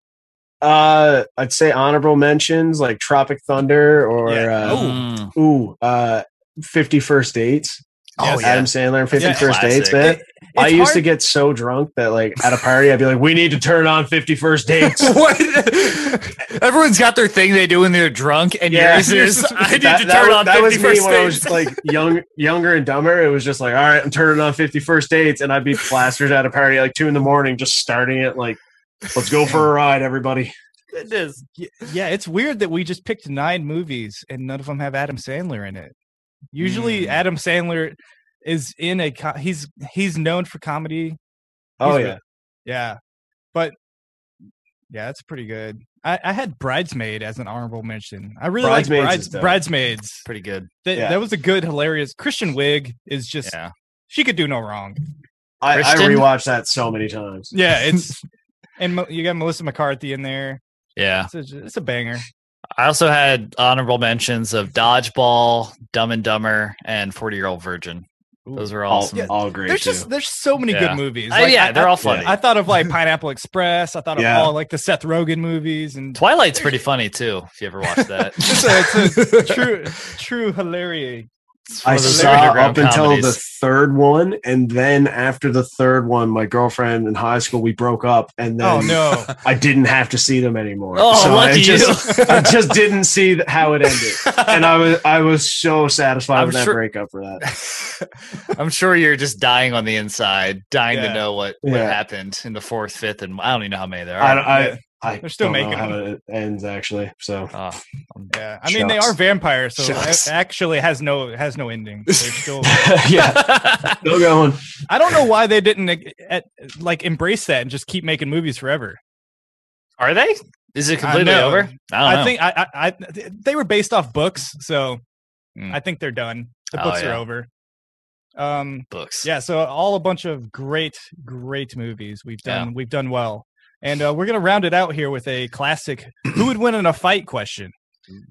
[SPEAKER 3] Uh I'd say honorable mentions like Tropic Thunder or
[SPEAKER 2] Yeah.
[SPEAKER 3] uh,
[SPEAKER 4] Mm.
[SPEAKER 3] Ooh, uh, 50 First Dates.
[SPEAKER 4] Oh, yeah.
[SPEAKER 3] Adam Sandler and 50
[SPEAKER 2] Yeah.
[SPEAKER 3] First Dates,
[SPEAKER 4] Classic.
[SPEAKER 3] man.
[SPEAKER 2] It's
[SPEAKER 3] I used
[SPEAKER 2] hard-
[SPEAKER 3] to get so drunk that, like, at a party, I'd be like, we need to turn on 50 First Dates.
[SPEAKER 4] what? Everyone's got their thing they do when they're drunk, and
[SPEAKER 3] Yeah.
[SPEAKER 4] yours is I need
[SPEAKER 3] That,
[SPEAKER 4] to
[SPEAKER 3] that
[SPEAKER 4] turn
[SPEAKER 3] was,
[SPEAKER 4] on
[SPEAKER 3] that was
[SPEAKER 4] fifty first
[SPEAKER 3] me when I was
[SPEAKER 4] dates.
[SPEAKER 3] like young, younger and dumber. It was just like, all right, I'm turning on 50 First Dates, and I'd be plastered at a party like two in the morning, just starting it like, let's go for a ride, everybody.
[SPEAKER 4] it is.
[SPEAKER 2] Y- Yeah, it's weird that we just picked nine movies and none of them have Adam Sandler in it. Usually,
[SPEAKER 4] Hmm.
[SPEAKER 2] Adam Sandler is in a. Co- he's he's known for comedy
[SPEAKER 3] Oh
[SPEAKER 2] He's
[SPEAKER 3] yeah,
[SPEAKER 2] Yeah. But Yeah, that's pretty good. I, I had bridesmaid as an honorable mention. I really like
[SPEAKER 3] Bridesmaids
[SPEAKER 2] brides,
[SPEAKER 3] is dope.
[SPEAKER 2] bridesmaids.
[SPEAKER 4] Pretty good.
[SPEAKER 2] That,
[SPEAKER 3] Yeah.
[SPEAKER 2] that was a good, hilarious. Christian Wig is just
[SPEAKER 4] Yeah.
[SPEAKER 2] she could do no wrong.
[SPEAKER 3] I, I
[SPEAKER 4] Christian?
[SPEAKER 3] rewatched that so many times.
[SPEAKER 2] Yeah, it's and Mo- you got Melissa McCarthy in there.
[SPEAKER 4] Yeah.
[SPEAKER 2] It's a, it's a banger.
[SPEAKER 4] I also had honorable mentions of Dodgeball, Dumb and Dumber, and 40 Year Old Virgin. Those were all
[SPEAKER 3] All,
[SPEAKER 4] some.
[SPEAKER 2] Yeah.
[SPEAKER 3] all great.
[SPEAKER 2] There's
[SPEAKER 3] too.
[SPEAKER 2] just there's so many
[SPEAKER 4] Yeah.
[SPEAKER 2] good movies.
[SPEAKER 4] I-
[SPEAKER 2] Like,
[SPEAKER 4] yeah,
[SPEAKER 2] I-
[SPEAKER 4] they're
[SPEAKER 2] I,
[SPEAKER 4] all funny.
[SPEAKER 2] I thought of like Pineapple Express. I thought of
[SPEAKER 3] Yeah.
[SPEAKER 2] all like the Seth Rogen movies and
[SPEAKER 4] Twilight's pretty funny too. If you ever watched that,
[SPEAKER 2] It's a- it's a true true hilarious.
[SPEAKER 4] It's one
[SPEAKER 3] I
[SPEAKER 4] of those
[SPEAKER 3] saw up
[SPEAKER 4] underground
[SPEAKER 3] until the
[SPEAKER 4] comedies.
[SPEAKER 3] third one, and then after the third one, my girlfriend in high school we broke up, and then
[SPEAKER 2] Oh no.
[SPEAKER 3] I didn't have to see them anymore.
[SPEAKER 4] Oh,
[SPEAKER 3] So
[SPEAKER 4] lucky
[SPEAKER 3] I just,
[SPEAKER 4] you!
[SPEAKER 3] I just didn't see th- how it ended, and I was I was so satisfied
[SPEAKER 4] I'm
[SPEAKER 3] with that
[SPEAKER 4] sure-
[SPEAKER 3] breakup for that.
[SPEAKER 4] I'm sure you're just dying on the inside, dying
[SPEAKER 2] Yeah.
[SPEAKER 4] to know what, what
[SPEAKER 3] Yeah.
[SPEAKER 4] happened in the fourth, fifth, and I don't even know how many there
[SPEAKER 3] I,
[SPEAKER 4] are.
[SPEAKER 3] don't- I, I
[SPEAKER 2] They're still
[SPEAKER 3] don't know
[SPEAKER 2] making
[SPEAKER 3] how it ends actually. So
[SPEAKER 4] Oh,
[SPEAKER 2] Yeah, I mean they
[SPEAKER 3] Shucks.
[SPEAKER 2] are vampires, so
[SPEAKER 3] Shucks.
[SPEAKER 2] it actually has no it has no ending. They're still-
[SPEAKER 3] yeah, still going.
[SPEAKER 2] I don't know why they didn't like, at, like embrace that and just keep making movies forever.
[SPEAKER 4] are they? Is it
[SPEAKER 2] I
[SPEAKER 4] completely
[SPEAKER 2] know.
[SPEAKER 4] over? I don't
[SPEAKER 2] I,
[SPEAKER 4] know.
[SPEAKER 2] think I, I, I they were based off books, so
[SPEAKER 4] Mm.
[SPEAKER 2] I think they're done. The
[SPEAKER 4] Oh,
[SPEAKER 2] books are
[SPEAKER 4] yeah.
[SPEAKER 2] over. Um,
[SPEAKER 4] books.
[SPEAKER 2] yeah, so all a bunch of great, great movies we've
[SPEAKER 4] Yeah.
[SPEAKER 2] done. We've done well, and uh, we're gonna round it out here with a classic: Who would win in a fight? Question.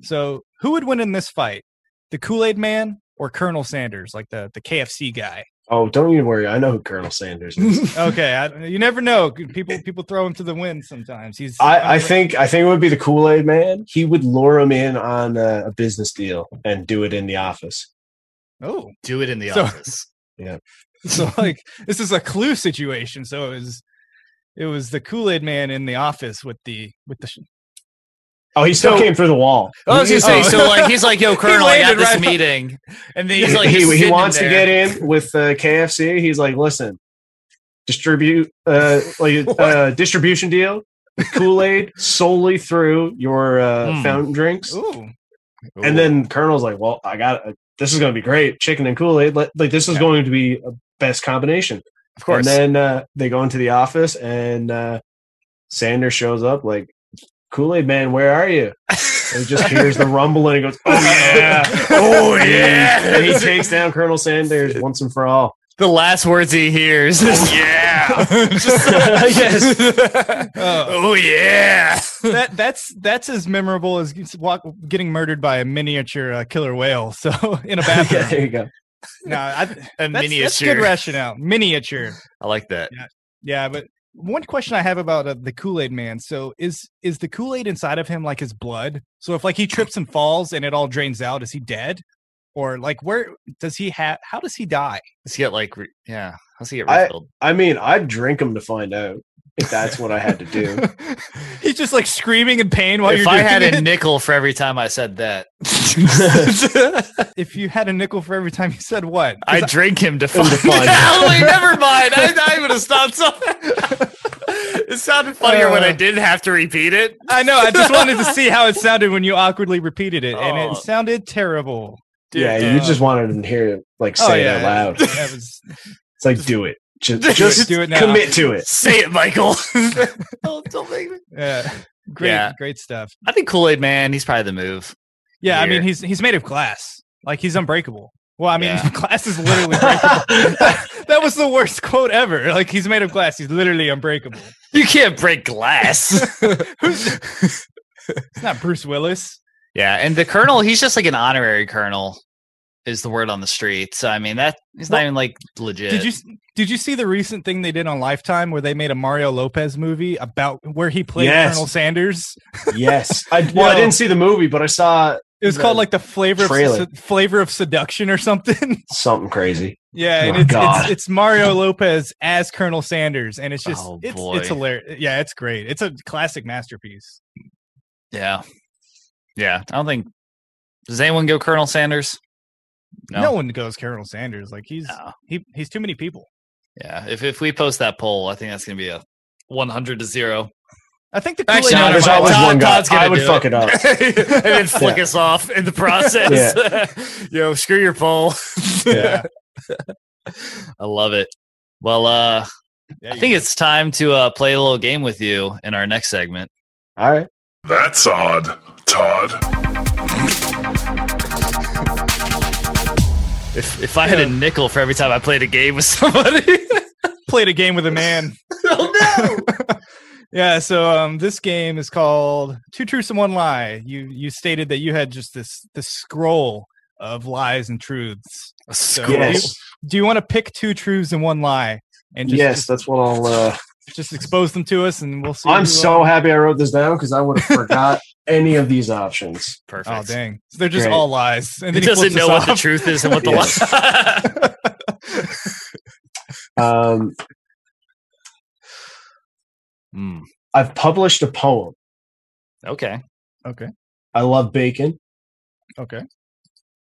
[SPEAKER 2] So, who would win in this fight? The Kool Aid Man or Colonel Sanders, like the the KFC guy?
[SPEAKER 3] Oh, don't even worry. I know who Colonel Sanders is.
[SPEAKER 2] Okay, I, you never know. People people throw him to the wind sometimes. He's
[SPEAKER 3] I, I think I think it would be the Kool Aid Man. He would lure him in on a, a business deal and do it in the office.
[SPEAKER 2] oh
[SPEAKER 4] Do it in the
[SPEAKER 2] So-
[SPEAKER 4] office.
[SPEAKER 2] so like this is a clue situation so it was it was the kool-aid man in the office with the with the sh-
[SPEAKER 3] Oh, he still came through the wall.
[SPEAKER 4] I was gonna say,
[SPEAKER 2] Oh.
[SPEAKER 4] so like he's like, yo, Colonel, I got
[SPEAKER 2] landed
[SPEAKER 4] this
[SPEAKER 2] right on-
[SPEAKER 4] meeting.
[SPEAKER 2] and
[SPEAKER 3] He,
[SPEAKER 2] the
[SPEAKER 4] He's like,
[SPEAKER 3] he-
[SPEAKER 4] just
[SPEAKER 3] he
[SPEAKER 4] sitting
[SPEAKER 3] wants to
[SPEAKER 4] there.
[SPEAKER 3] get in with uh, KFC. He's like, listen, distribute uh, like uh, distribution deal. Kool Aid solely through your uh,
[SPEAKER 4] Hmm.
[SPEAKER 3] fountain drinks,
[SPEAKER 2] ooh
[SPEAKER 3] and then Colonel's like, "Well, I got uh, this is going to be great, chicken and Kool Aid. Like this is going to be a best combination."
[SPEAKER 4] of course.
[SPEAKER 3] And then uh, they go into the office, and uh, Sanders shows up like, Kool Aid Man, where are you? And he just hears the rumble and he goes, Oh, yeah.
[SPEAKER 4] oh
[SPEAKER 3] And he- And he takes down Colonel Sanders once and for all.
[SPEAKER 4] the last words he hears.
[SPEAKER 5] Oh,
[SPEAKER 4] is
[SPEAKER 5] Yeah.
[SPEAKER 4] yes.
[SPEAKER 2] Oh,
[SPEAKER 4] Oh yeah.
[SPEAKER 2] that that's that's as memorable as g- walk, getting murdered by a miniature uh, killer whale so in a
[SPEAKER 3] Yeah,
[SPEAKER 2] bathroom
[SPEAKER 3] there you go.
[SPEAKER 2] no I, that's,
[SPEAKER 4] A
[SPEAKER 2] that's good
[SPEAKER 4] miniature.
[SPEAKER 2] rationale miniature
[SPEAKER 4] I like that.
[SPEAKER 2] yeah but one question i have about uh, the kool-aid man so is is the kool-aid inside of him like his blood so if like he trips and falls and it all drains out is he dead or like where does he have how does he die
[SPEAKER 4] Let's get like re- yeah. Let's get
[SPEAKER 3] I-
[SPEAKER 4] refilled.
[SPEAKER 3] I mean, I'd drink him to find out if that's what I had to do.
[SPEAKER 2] He's just like screaming in pain
[SPEAKER 3] Oh,
[SPEAKER 2] while
[SPEAKER 4] if
[SPEAKER 2] you're
[SPEAKER 4] I
[SPEAKER 2] doing
[SPEAKER 4] had
[SPEAKER 2] it.
[SPEAKER 4] a nickel for every time I said that,
[SPEAKER 2] if you had a nickel for every time you said what? 'Cause
[SPEAKER 4] I'd drink him to
[SPEAKER 3] Him
[SPEAKER 4] find
[SPEAKER 3] to find
[SPEAKER 4] out. Wait, never mind. I, I would have stopped something. it sounded funnier when I
[SPEAKER 2] Uh.
[SPEAKER 4] didn't have to repeat it.
[SPEAKER 2] I, I know. I just wanted to see how it sounded when you awkwardly repeated it, and
[SPEAKER 4] Oh.
[SPEAKER 2] it sounded terrible.
[SPEAKER 3] yeah,
[SPEAKER 2] Dude,
[SPEAKER 3] you
[SPEAKER 2] uh,
[SPEAKER 3] just wanted him to hear it, like, say
[SPEAKER 2] oh
[SPEAKER 3] it
[SPEAKER 2] yeah,
[SPEAKER 3] out loud.
[SPEAKER 2] That was
[SPEAKER 3] It's like, do it. Just,
[SPEAKER 4] Do
[SPEAKER 3] just
[SPEAKER 2] do it now.
[SPEAKER 3] commit to it.
[SPEAKER 4] Say it, Michael. Don't- don't make me-
[SPEAKER 2] uh, great.
[SPEAKER 4] Yeah.
[SPEAKER 2] Great stuff.
[SPEAKER 4] I think Kool Aid Man. He's probably the move.
[SPEAKER 2] Yeah, I mean
[SPEAKER 4] Weird.
[SPEAKER 2] he's he's made of glass. Like he's unbreakable. Well, I mean
[SPEAKER 4] Yeah.
[SPEAKER 2] glass is literally breakable. that was the worst quote ever. Like he's made of glass. He's literally unbreakable.
[SPEAKER 4] You can't break glass.
[SPEAKER 2] It's not Bruce Willis.
[SPEAKER 4] yeah, and the colonel, he's just like an honorary colonel, is the word on the street. So I mean, that he's not even like legit.
[SPEAKER 2] Did you did you see the recent thing they did on Lifetime where they made a Mario Lopez movie about where he played
[SPEAKER 3] Yes.
[SPEAKER 2] Colonel Sanders?
[SPEAKER 3] yes. I, well, I
[SPEAKER 2] Yo.
[SPEAKER 3] didn't see the movie, but I saw
[SPEAKER 2] It was
[SPEAKER 3] The
[SPEAKER 2] called like the flavor of,
[SPEAKER 3] trailer.
[SPEAKER 2] Sed- flavor of seduction or something.
[SPEAKER 3] something crazy.
[SPEAKER 2] yeah, and
[SPEAKER 3] Oh,
[SPEAKER 2] it's,
[SPEAKER 3] God.
[SPEAKER 2] it's it's Mario Lopez as Colonel Sanders, and it's just
[SPEAKER 4] Oh,
[SPEAKER 2] it's
[SPEAKER 4] boy.
[SPEAKER 2] it's hilarious. Yeah, it's great. It's a classic masterpiece.
[SPEAKER 4] Yeah, yeah. I don't think. Does anyone go Colonel Sanders? No.
[SPEAKER 2] No, one goes Colonel Sanders. Like he's
[SPEAKER 4] No.
[SPEAKER 2] he he's too many people.
[SPEAKER 4] Yeah. If if we post that poll, I think that's gonna be a one hundred to zero.
[SPEAKER 2] I think the
[SPEAKER 4] Actually,
[SPEAKER 2] Kool-Aid
[SPEAKER 4] no,
[SPEAKER 2] Man-
[SPEAKER 4] no,
[SPEAKER 3] there's
[SPEAKER 4] no,
[SPEAKER 3] always
[SPEAKER 4] Todd-
[SPEAKER 3] one guy.
[SPEAKER 4] Todd's gonna
[SPEAKER 3] I would
[SPEAKER 4] do
[SPEAKER 3] fuck
[SPEAKER 4] it.
[SPEAKER 3] it up.
[SPEAKER 4] and then flick
[SPEAKER 3] Yeah.
[SPEAKER 4] us off in the process. Yo, screw your poll.
[SPEAKER 3] Yeah.
[SPEAKER 4] I love it. Well, uh, I think it's time to uh, play a little game with you in our next segment.
[SPEAKER 3] All right.
[SPEAKER 5] That's odd, Todd.
[SPEAKER 4] If, if I had a nickel for every time I played a game with somebody,
[SPEAKER 2] played a game with a man.
[SPEAKER 4] oh no!
[SPEAKER 2] Yeah, so um, this game is called Two Truths and One Lie. You you stated that you had just this this scroll of lies and truths.
[SPEAKER 4] A
[SPEAKER 2] So
[SPEAKER 4] squirrel.
[SPEAKER 3] Yes.
[SPEAKER 2] Do you want to pick two truths and one lie, and just
[SPEAKER 3] yes, that's what I'll. Uh,
[SPEAKER 2] just, just expose them to us, and we'll see.
[SPEAKER 3] I'm
[SPEAKER 2] who,
[SPEAKER 3] so
[SPEAKER 2] uh,
[SPEAKER 3] happy I wrote this down because I would have forgot any of these options.
[SPEAKER 4] Perfect.
[SPEAKER 2] oh dang, so they're just
[SPEAKER 3] Great.
[SPEAKER 2] all lies. And
[SPEAKER 4] He
[SPEAKER 2] then he
[SPEAKER 4] doesn't
[SPEAKER 2] flips
[SPEAKER 4] know
[SPEAKER 2] us
[SPEAKER 4] what the
[SPEAKER 2] off.
[SPEAKER 4] truth is and what the
[SPEAKER 3] Yes.
[SPEAKER 4] lie.
[SPEAKER 3] Um,
[SPEAKER 4] Hmm.
[SPEAKER 3] I've published a poem.
[SPEAKER 4] Okay.
[SPEAKER 2] Okay,
[SPEAKER 3] I love bacon.
[SPEAKER 2] okay,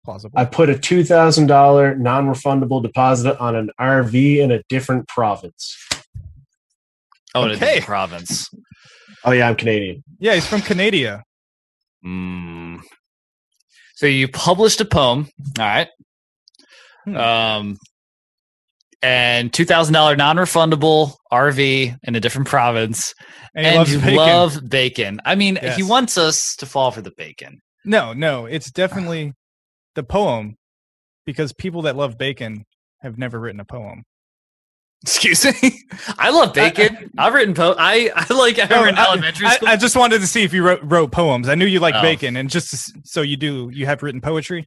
[SPEAKER 2] plausible.
[SPEAKER 3] I put a two thousand dollar non refundable deposit on an RV in a different province.
[SPEAKER 4] Oh, in a
[SPEAKER 2] Okay.
[SPEAKER 4] different province.
[SPEAKER 3] Oh yeah, I'm Canadian.
[SPEAKER 2] yeah, he's from Canada.
[SPEAKER 4] Mm. So you published a poem, all right?
[SPEAKER 2] Hmm.
[SPEAKER 4] Um, and two thousand dollar non refundable RV in a different province,
[SPEAKER 2] and
[SPEAKER 4] and,
[SPEAKER 2] he loves
[SPEAKER 4] you
[SPEAKER 2] bacon.
[SPEAKER 4] love bacon. I mean, he
[SPEAKER 2] Yes.
[SPEAKER 4] wants us to fall for the bacon.
[SPEAKER 2] No, no, it's definitely
[SPEAKER 4] Ah.
[SPEAKER 2] the poem because people that love bacon have never written a poem.
[SPEAKER 4] Excuse me. I love bacon. I, have written po. I I like. I remember in
[SPEAKER 2] Oh, I-
[SPEAKER 4] elementary
[SPEAKER 2] I,
[SPEAKER 4] school.
[SPEAKER 2] I just wanted to see if you wrote, wrote poems. I knew you liked
[SPEAKER 4] Oh.
[SPEAKER 2] bacon, and just to s- so you do, you have written poetry,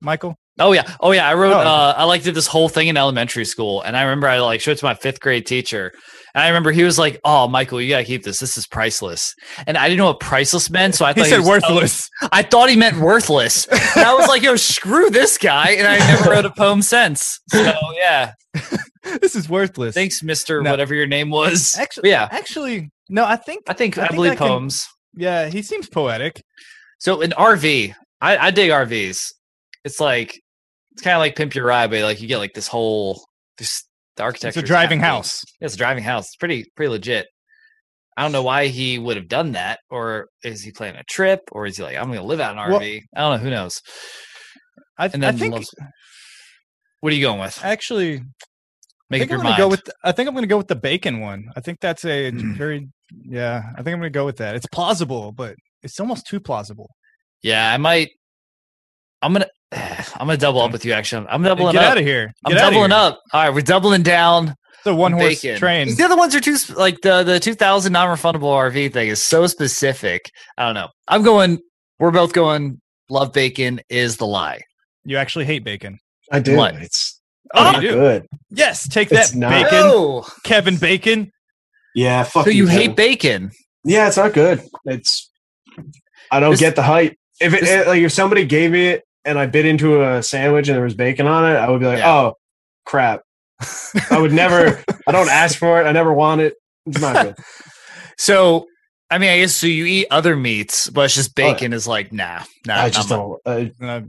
[SPEAKER 2] Michael.
[SPEAKER 4] Oh yeah, oh yeah. I wrote.
[SPEAKER 2] Oh, okay.
[SPEAKER 4] uh, I like did this whole thing in elementary school, and I remember I like showed it to my fifth grade teacher, and I remember he was like, "Oh, Michael, you gotta keep this. This is priceless." And I didn't know what priceless meant, so I
[SPEAKER 2] He
[SPEAKER 4] thought
[SPEAKER 2] said
[SPEAKER 4] was-
[SPEAKER 2] worthless.
[SPEAKER 4] I thought he meant worthless. and I was like, "Yo, screw this guy!" And I never wrote a poem since. So yeah,
[SPEAKER 2] this is worthless.
[SPEAKER 4] thanks, Mister
[SPEAKER 2] No.
[SPEAKER 4] whatever your name was.
[SPEAKER 2] Actually,
[SPEAKER 4] yeah.
[SPEAKER 2] actually, no. I think,
[SPEAKER 4] I think
[SPEAKER 2] I
[SPEAKER 4] I,
[SPEAKER 2] think
[SPEAKER 4] believe
[SPEAKER 2] I can-
[SPEAKER 4] poems.
[SPEAKER 2] yeah, he seems poetic.
[SPEAKER 4] So an RV, I, I dig RVs. It's like it's kind of like Pimp Your Ride, but like you get like this whole this the
[SPEAKER 2] It's
[SPEAKER 4] architecture.
[SPEAKER 2] a
[SPEAKER 4] is
[SPEAKER 2] driving
[SPEAKER 4] kinda cool.
[SPEAKER 2] house.
[SPEAKER 4] Yeah, it's a driving house. It's pretty pretty legit. I don't know why he would have done that, or is he planning a trip, or is he like I'm going to live out in an
[SPEAKER 2] Well-
[SPEAKER 4] RV? I don't know. Who knows?
[SPEAKER 2] I,
[SPEAKER 4] And
[SPEAKER 2] I
[SPEAKER 4] then
[SPEAKER 2] think
[SPEAKER 4] loves- what are you going with?
[SPEAKER 2] actually,
[SPEAKER 4] Make
[SPEAKER 2] I
[SPEAKER 4] up
[SPEAKER 2] think
[SPEAKER 4] your
[SPEAKER 2] I'm
[SPEAKER 4] mind.
[SPEAKER 2] gonna go with. I think I'm gonna go with the bacon one. I think that's a
[SPEAKER 4] Mm.
[SPEAKER 2] very. Yeah, I think I'm gonna go with that. It's plausible, but it's almost too plausible.
[SPEAKER 4] yeah, I might. I'm gonna. I'm gonna double up with you. Actually, I'm
[SPEAKER 2] Hey,
[SPEAKER 4] doubling
[SPEAKER 2] Get out
[SPEAKER 4] up.
[SPEAKER 2] of here!
[SPEAKER 4] I'm
[SPEAKER 2] Get outta
[SPEAKER 4] doubling
[SPEAKER 2] here.
[SPEAKER 4] up. All right, we're doubling down.
[SPEAKER 2] It's a one horse
[SPEAKER 4] Bacon.
[SPEAKER 2] train.
[SPEAKER 4] The other ones are too sp- like the the 2000 non-refundable RV thing is so specific. I don't know. I'm going. We're both going. Love bacon is the lie.
[SPEAKER 2] You actually hate bacon.
[SPEAKER 3] I do.
[SPEAKER 4] What?
[SPEAKER 3] It's
[SPEAKER 2] Oh,
[SPEAKER 3] not
[SPEAKER 2] you do.
[SPEAKER 3] good.
[SPEAKER 2] Yes, take
[SPEAKER 3] It's
[SPEAKER 2] that,
[SPEAKER 3] not.
[SPEAKER 2] bacon,
[SPEAKER 4] No.
[SPEAKER 2] Kevin Bacon.
[SPEAKER 3] Yeah. Fuck
[SPEAKER 4] So you
[SPEAKER 3] Kevin.
[SPEAKER 4] hate bacon?
[SPEAKER 3] Yeah, it's not good. It's I don't
[SPEAKER 4] This-
[SPEAKER 3] get the hype. If it,
[SPEAKER 4] this-
[SPEAKER 3] it- like if somebody gave me it and I bit into a sandwich and there was bacon on it, I would be like,
[SPEAKER 4] Yeah.
[SPEAKER 3] "Oh, crap." I would never I don't ask for it. I never want it. It's not good.
[SPEAKER 4] So I mean, I guess so. You eat other meats, but it's just
[SPEAKER 3] Oh, yeah.
[SPEAKER 4] bacon is like nah, nah.
[SPEAKER 3] I just
[SPEAKER 4] I'm-
[SPEAKER 3] don't uh,
[SPEAKER 2] Uh,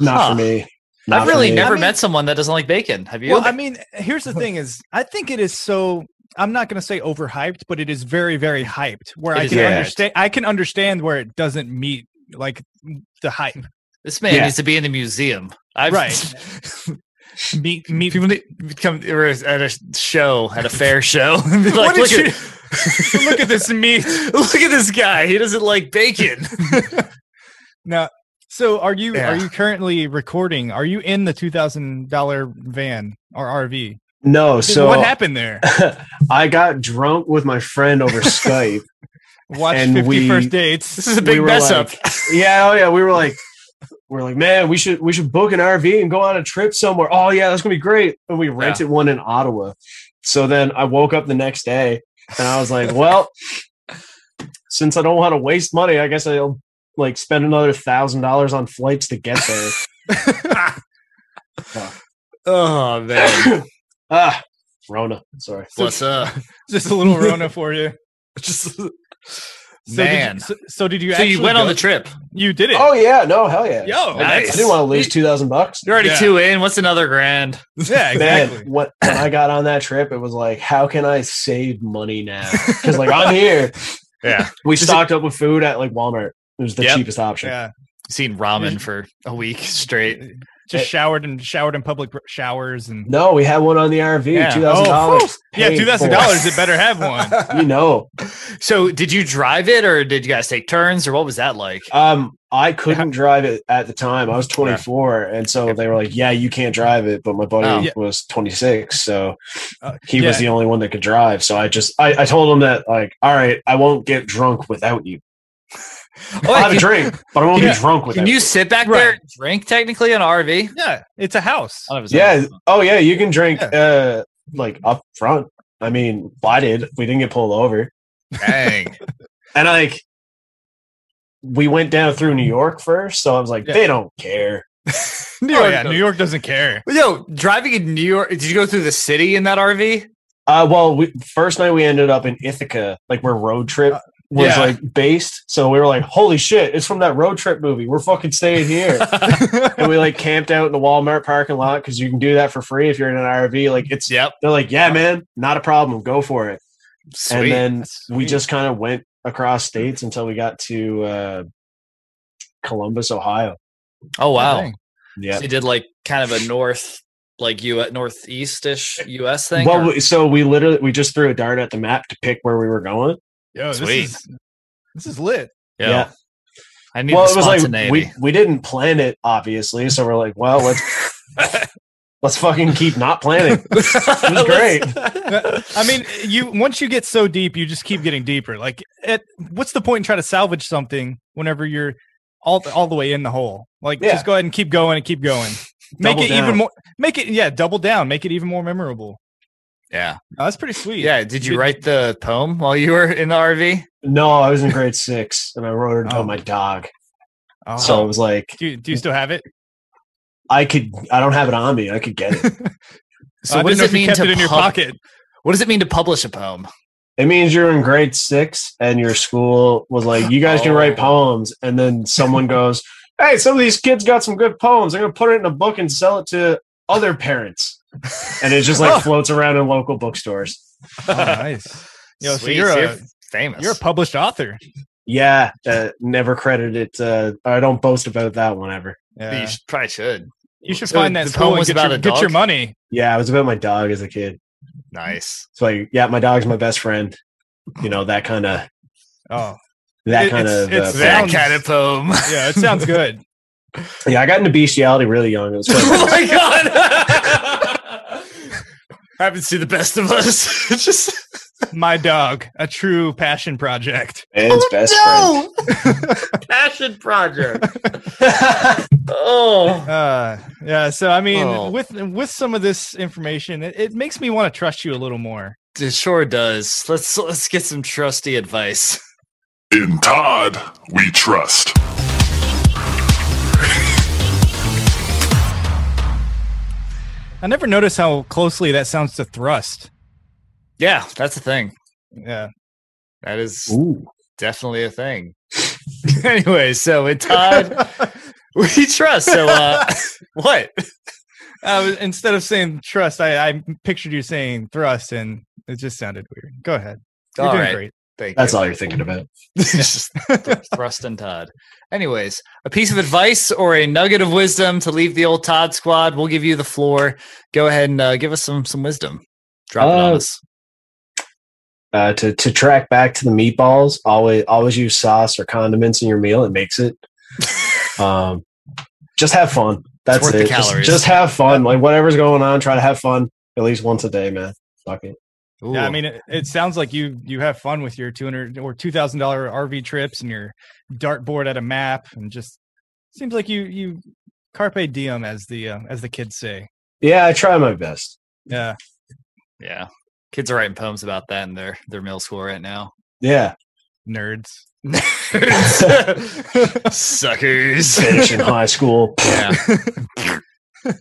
[SPEAKER 3] not
[SPEAKER 4] Huh.
[SPEAKER 3] for me. Not
[SPEAKER 4] I've
[SPEAKER 3] for
[SPEAKER 4] really
[SPEAKER 3] me.
[SPEAKER 4] never
[SPEAKER 2] I mean-
[SPEAKER 4] met someone that doesn't like bacon. Have you?
[SPEAKER 2] well, I mean, here's the thing: is I think it is so. I'm not going to say overhyped, but it is very, very hyped. Where
[SPEAKER 4] It
[SPEAKER 2] I
[SPEAKER 4] is
[SPEAKER 2] can
[SPEAKER 3] very
[SPEAKER 2] understand, I can understand where it doesn't meet like the hype.
[SPEAKER 4] this man
[SPEAKER 3] yeah.
[SPEAKER 4] needs to be in the museum. I've,
[SPEAKER 2] Right. Meet, meet.
[SPEAKER 4] People need come or at a show at a fair show. and be like,
[SPEAKER 2] What did
[SPEAKER 4] look at-
[SPEAKER 2] you? look at this meat.
[SPEAKER 4] Look at this guy. He doesn't like bacon.
[SPEAKER 2] Now, so are you? Are
[SPEAKER 4] Yeah.
[SPEAKER 2] you currently recording? Are you in the two thousand dollar van or RV?
[SPEAKER 3] No, so
[SPEAKER 2] what happened there?
[SPEAKER 3] I got drunk with my friend over Skype.
[SPEAKER 2] Watch
[SPEAKER 3] And
[SPEAKER 2] Fifty First
[SPEAKER 3] we-
[SPEAKER 2] Dates.
[SPEAKER 4] This is a
[SPEAKER 3] We
[SPEAKER 4] big
[SPEAKER 3] were
[SPEAKER 4] mess
[SPEAKER 3] like-
[SPEAKER 4] up.
[SPEAKER 3] Yeah, oh yeah, we were like, we're like, man, we should we should book an RV and go on a trip somewhere. Oh yeah, that's gonna be great. And we rented one in Ottawa. So then I woke up the next day and I was like, well, since I don't want to waste money, I guess I'll like spend another thousand dollars on flights to get there.
[SPEAKER 4] Oh man.
[SPEAKER 3] ah, Rona, sorry.
[SPEAKER 4] What's up?
[SPEAKER 2] Just a little Rona for you.
[SPEAKER 4] Just
[SPEAKER 2] So Did
[SPEAKER 4] man.
[SPEAKER 2] you, so, so did you?
[SPEAKER 4] so you
[SPEAKER 2] actually
[SPEAKER 4] went on
[SPEAKER 2] go-
[SPEAKER 4] the trip.
[SPEAKER 2] You did it.
[SPEAKER 3] Oh yeah, no, hell yeah.
[SPEAKER 2] yo,
[SPEAKER 3] I,
[SPEAKER 4] nice.
[SPEAKER 3] I didn't want to lose two thousand bucks.
[SPEAKER 4] You're already
[SPEAKER 2] Yeah.
[SPEAKER 4] two in. What's another grand?
[SPEAKER 2] yeah, exactly.
[SPEAKER 3] Man, what, when I got on that trip, it was like, how can I save money now? Because like I'm here.
[SPEAKER 4] Yeah.
[SPEAKER 3] We stocked up with food at like Walmart. It was the
[SPEAKER 4] Yep.
[SPEAKER 3] cheapest option.
[SPEAKER 2] Yeah,
[SPEAKER 4] Seen ramen for a week straight.
[SPEAKER 2] just showered and showered in public showers and
[SPEAKER 3] No, we had one on the RV.
[SPEAKER 2] Yeah.
[SPEAKER 3] Two thousand
[SPEAKER 2] Oh,
[SPEAKER 3] dollars.
[SPEAKER 2] yeah, two thousand dollars. It better have one.
[SPEAKER 3] You know,
[SPEAKER 4] So did you drive it or did you guys take turns or what was that like?
[SPEAKER 3] um, I couldn't drive it at the time. I was 24, and so they were like, "Yeah, you can't drive it." But my buddy
[SPEAKER 4] Oh.
[SPEAKER 2] Yeah.
[SPEAKER 3] was 26, so
[SPEAKER 2] Uh,
[SPEAKER 3] he was
[SPEAKER 2] yeah.
[SPEAKER 3] the only one that could drive. So I just, I, I told him that, like, all right, I won't get drunk without you.
[SPEAKER 4] Oh,
[SPEAKER 3] I'll have
[SPEAKER 4] can,
[SPEAKER 3] a drink, but I won't
[SPEAKER 2] Yeah.
[SPEAKER 3] be drunk without
[SPEAKER 4] can you sit back
[SPEAKER 2] Right.
[SPEAKER 4] there and drink technically on an RV?
[SPEAKER 2] Yeah, it's a house.
[SPEAKER 4] I thought it was-
[SPEAKER 3] Yeah. Oh yeah, you can drink uh like up front. I mean, I did. We didn't get pulled over.
[SPEAKER 1] Dang.
[SPEAKER 3] And like we went down through New York first, so I was like,
[SPEAKER 2] Yeah.
[SPEAKER 3] they don't care.
[SPEAKER 2] New
[SPEAKER 4] Oh,
[SPEAKER 2] York, yeah,
[SPEAKER 4] no.
[SPEAKER 2] New York doesn't care.
[SPEAKER 4] Yo, driving in New York, did you go through the city in that RV?
[SPEAKER 3] Uh well, we, first night we ended up in Ithaca, like where road trip was
[SPEAKER 2] yeah.
[SPEAKER 3] like based. So we were like, holy shit, it's from that road trip movie. We're fucking staying here. and we like camped out in the Walmart parking lot because you can do that for free if you're in an RV. Like it's
[SPEAKER 4] Yep.
[SPEAKER 3] they're like, yeah, man, not a problem. Go for it.
[SPEAKER 4] Sweet.
[SPEAKER 3] And then we
[SPEAKER 2] sweet.
[SPEAKER 3] just kind of went across states until we got to uh, Columbus, Ohio.
[SPEAKER 4] oh wow.
[SPEAKER 2] Dang.
[SPEAKER 3] Yeah.
[SPEAKER 4] So you did like kind of a north like you northeastish US thing.
[SPEAKER 3] Well,
[SPEAKER 4] or-
[SPEAKER 3] we- so we literally we just threw a dart at the map to pick where we were going.
[SPEAKER 2] Yo,
[SPEAKER 4] Sweet.
[SPEAKER 2] This is, this is lit.
[SPEAKER 4] Yo,
[SPEAKER 3] yeah.
[SPEAKER 4] I need
[SPEAKER 3] well,
[SPEAKER 4] the
[SPEAKER 3] it was
[SPEAKER 4] spontaneity.
[SPEAKER 3] like we we didn't plan it, obviously. So we're like, well, let's let's fucking keep not planning. It was great.
[SPEAKER 2] I mean, you once you get so deep, you just keep getting deeper. Like, at, what's the point in trying to salvage something whenever you're all all the way in the hole? Like,
[SPEAKER 3] Yeah.
[SPEAKER 2] just go ahead and keep going and keep going. Make
[SPEAKER 3] Double
[SPEAKER 2] it
[SPEAKER 3] down.
[SPEAKER 2] even more. Make it yeah, double down. Make it even more memorable.
[SPEAKER 4] yeah.
[SPEAKER 2] Oh, that's pretty sweet.
[SPEAKER 4] Yeah. Did you
[SPEAKER 2] Did-
[SPEAKER 4] write the poem while you were in the RV?
[SPEAKER 3] No, I was in grade six, and I wrote it
[SPEAKER 2] Oh.
[SPEAKER 3] on my dog.
[SPEAKER 2] Oh.
[SPEAKER 3] So it was like,
[SPEAKER 2] do you, do you still have it?
[SPEAKER 3] I could, I don't have it on me. I could get it.
[SPEAKER 4] So
[SPEAKER 2] I
[SPEAKER 4] what does
[SPEAKER 2] didn't
[SPEAKER 4] it
[SPEAKER 2] know if you
[SPEAKER 4] mean
[SPEAKER 2] kept
[SPEAKER 4] to
[SPEAKER 2] it in your
[SPEAKER 4] pub-
[SPEAKER 2] pocket?
[SPEAKER 4] What does it mean to publish a poem?
[SPEAKER 3] It means you're in grade six and your school was like, you guys can write
[SPEAKER 4] Oh.
[SPEAKER 3] poems. And then someone goes, hey, some of these kids got some good poems. They're going to put it in a book and sell it to other parents. And it just like floats around in local bookstores.
[SPEAKER 2] Oh, nice. Yo, so
[SPEAKER 4] Sweet,
[SPEAKER 2] you're a
[SPEAKER 4] famous.
[SPEAKER 2] you're a published authtor.
[SPEAKER 3] Yeah, uh, never credited. Uh, I don't boast about that one ever.
[SPEAKER 4] you sh- probably should.
[SPEAKER 2] You should
[SPEAKER 4] So
[SPEAKER 2] find that
[SPEAKER 4] the
[SPEAKER 2] school
[SPEAKER 4] poem
[SPEAKER 2] and
[SPEAKER 4] was
[SPEAKER 2] get,
[SPEAKER 4] about
[SPEAKER 2] your,
[SPEAKER 4] a
[SPEAKER 2] get your
[SPEAKER 4] dog?
[SPEAKER 2] money.
[SPEAKER 3] Yeah, it was about my dog as a kid.
[SPEAKER 4] Nice.
[SPEAKER 3] It's like, yeah, my dog's my best friend. You know, that kind of,
[SPEAKER 2] Oh,
[SPEAKER 3] that
[SPEAKER 2] It-
[SPEAKER 3] kind
[SPEAKER 2] it's-
[SPEAKER 3] of.
[SPEAKER 2] it's
[SPEAKER 3] uh,
[SPEAKER 2] Sounds-
[SPEAKER 4] That kind of poem.
[SPEAKER 2] yeah, it sounds good.
[SPEAKER 3] yeah, I got into bestiality really young. It was fun.
[SPEAKER 4] oh my god. Happens to the best of us. Just
[SPEAKER 2] My dog, a true passion project.
[SPEAKER 4] Oh,
[SPEAKER 3] man's best
[SPEAKER 4] passion project. oh.
[SPEAKER 2] Uh, yeah. So I mean,
[SPEAKER 4] Oh.
[SPEAKER 2] with with some of this information, it, it makes me want to trust you a little more.
[SPEAKER 4] It sure does. Let's let's get some trusty advice.
[SPEAKER 5] In Todd, we trust.
[SPEAKER 2] I never noticed how closely that sounds to thrust.
[SPEAKER 4] Yeah, that's a thing.
[SPEAKER 2] Yeah.
[SPEAKER 4] That is
[SPEAKER 3] friend. Ooh.
[SPEAKER 4] definitely a thing. anyway, so in Todd, we trust. So uh what?
[SPEAKER 2] I was, instead of saying trust, I, I pictured you saying thrust, and it just sounded weird. Go ahead. You're
[SPEAKER 4] All
[SPEAKER 2] doing
[SPEAKER 4] right.
[SPEAKER 2] great.
[SPEAKER 4] Thank
[SPEAKER 3] That's
[SPEAKER 4] you.
[SPEAKER 3] all you're thinking about.
[SPEAKER 4] It's just th- thrust and Todd. Anyways, a piece of advice or a nugget of wisdom to leave the old Todd squad. We'll give you the floor. Go ahead and uh, give us some some wisdom. Drop it on
[SPEAKER 3] Uh,
[SPEAKER 4] us.
[SPEAKER 3] Uh, to to track back to the meatballs, always always use sauce or condiments in your meal. It makes it. Um, just have fun. That's
[SPEAKER 4] worth the
[SPEAKER 3] it. Just-
[SPEAKER 4] calories.
[SPEAKER 3] Just, have fun. Like whatever's going on, try to have fun at least once a day, man. Fuck it.
[SPEAKER 2] Yeah, I
[SPEAKER 4] Ooh.
[SPEAKER 2] mean, it, it sounds like you you have fun with your two hundred or two thousand dollar RV trips and your dartboard at a map, and just seems like you you carpe diem as the uh, as the kids say.
[SPEAKER 3] Yeah, I try my best.
[SPEAKER 2] Yeah,
[SPEAKER 4] yeah, kids are writing poems about that in their their middle school right now.
[SPEAKER 3] Yeah,
[SPEAKER 2] nerds.
[SPEAKER 4] Suckers.
[SPEAKER 3] finish in high school.
[SPEAKER 4] yeah.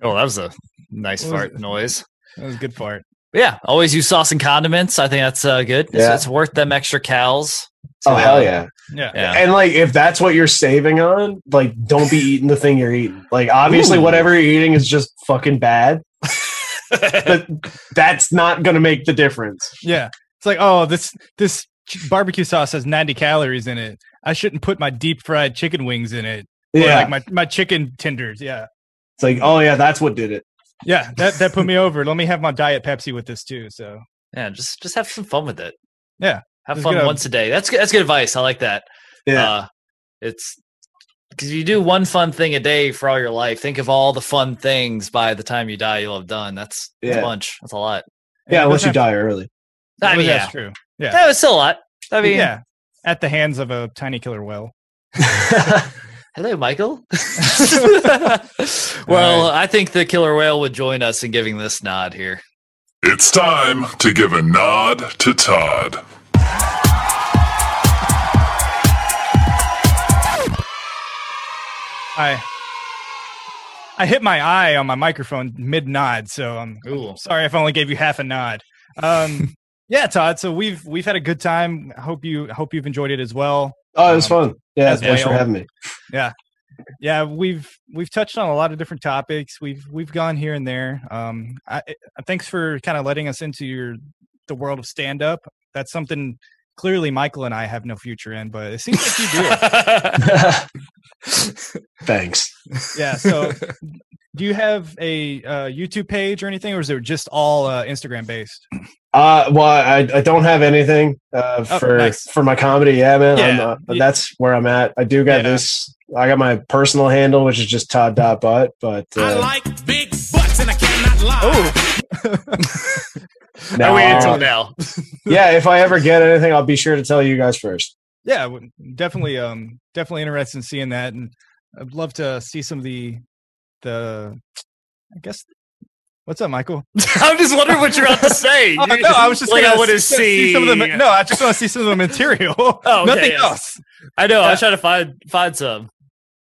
[SPEAKER 4] Oh, that was a nice
[SPEAKER 2] What was
[SPEAKER 4] fart noise.
[SPEAKER 2] That was a good part.
[SPEAKER 4] But yeah, always use sauce and condiments. I think that's uh, good. It's,
[SPEAKER 3] Yeah.
[SPEAKER 4] it's worth them extra cows.
[SPEAKER 3] Oh hell yeah!
[SPEAKER 2] Yeah,
[SPEAKER 4] Yeah.
[SPEAKER 3] And like, if that's what you're saving on, like, don't be eating the thing you're eating. Like, obviously,
[SPEAKER 4] Ooh.
[SPEAKER 3] whatever you're eating is just fucking bad.
[SPEAKER 4] uh,
[SPEAKER 3] but that's not gonna make the difference.
[SPEAKER 2] yeah. It's like, oh, this this ch- barbecue sauce has ninety calories in it. I shouldn't put my deep fried chicken wings in it. Or
[SPEAKER 3] Yeah,
[SPEAKER 2] like my my chicken tenders. Yeah,
[SPEAKER 3] It's like, oh yeah, that's what did it.
[SPEAKER 2] Yeah, that, that put me over. Let me have my diet Pepsi with this too. So
[SPEAKER 4] Yeah, just just have some fun with it.
[SPEAKER 2] Yeah.
[SPEAKER 4] have
[SPEAKER 2] Just
[SPEAKER 4] fun
[SPEAKER 2] get a-
[SPEAKER 4] once a day. That's good, that's good advice. I like that.
[SPEAKER 3] Yeah,
[SPEAKER 4] Uh, it's because you do one fun thing a day for all your life. Think of all the fun things by the time you die, you'll have done. That's, that's a
[SPEAKER 3] Yeah.
[SPEAKER 4] bunch. That's a lot.
[SPEAKER 3] yeah.
[SPEAKER 2] it
[SPEAKER 3] Unless you
[SPEAKER 2] doesn't have-
[SPEAKER 3] die early.
[SPEAKER 4] I mean, yeah,
[SPEAKER 2] that's true. yeah.
[SPEAKER 4] that was still a lot. I mean,
[SPEAKER 2] yeah, at the hands of a tiny killer whale.
[SPEAKER 4] hello, Michael. well, I think the killer whale would join us in giving this nod here.
[SPEAKER 5] It's time to give a nod to Todd.
[SPEAKER 2] I I hit my eye on my microphone mid nod, so I'm
[SPEAKER 4] Ooh.
[SPEAKER 2] sorry if I only gave you half a nod. Um, yeah, Todd. So we've we've had a good time. I hope you I hope you've enjoyed it as well.
[SPEAKER 3] Oh, it was fun. Yeah,
[SPEAKER 2] as
[SPEAKER 3] thanks for
[SPEAKER 2] well.
[SPEAKER 3] having me.
[SPEAKER 2] Yeah, we've we've touched on a lot of different topics. We've we've gone here and there. Um, I, I thanks for kind of letting us into your the world of stand up. That's something clearly Michael and I have no future in, but it seems like you do.
[SPEAKER 3] Thanks.
[SPEAKER 2] yeah so do you have a uh, youtube page or anything or is it just all uh, instagram based
[SPEAKER 3] Uh, well, I, I don't have anything uh,
[SPEAKER 2] Oh,
[SPEAKER 3] for
[SPEAKER 2] nice.
[SPEAKER 3] for my comedy. Yeah, man. I'm,
[SPEAKER 2] Yeah.
[SPEAKER 3] uh, that's where I'm at. I do got
[SPEAKER 2] Yeah.
[SPEAKER 3] this. I got my personal handle, which is just Todd dot Butt. But
[SPEAKER 6] I
[SPEAKER 3] uh,
[SPEAKER 6] like big butts and I cannot lie.
[SPEAKER 3] no,
[SPEAKER 4] I waited until
[SPEAKER 3] uh,
[SPEAKER 4] now.
[SPEAKER 3] yeah, if I ever get anything, I'll be sure to tell you guys first.
[SPEAKER 2] yeah w- definitely um definitely interested in seeing that and i'd love to see some of the the i guess what's up michael
[SPEAKER 4] I'm just wondering what you're about to say.
[SPEAKER 2] Oh,
[SPEAKER 4] You- like, I
[SPEAKER 2] gonna
[SPEAKER 4] want to
[SPEAKER 2] s-
[SPEAKER 4] see. Oh,
[SPEAKER 2] some of the ma- no i just want to see some of the material
[SPEAKER 4] okay,
[SPEAKER 2] nothing
[SPEAKER 4] yes.
[SPEAKER 2] else
[SPEAKER 4] I know. I
[SPEAKER 2] Yeah.
[SPEAKER 4] was trying to find find some.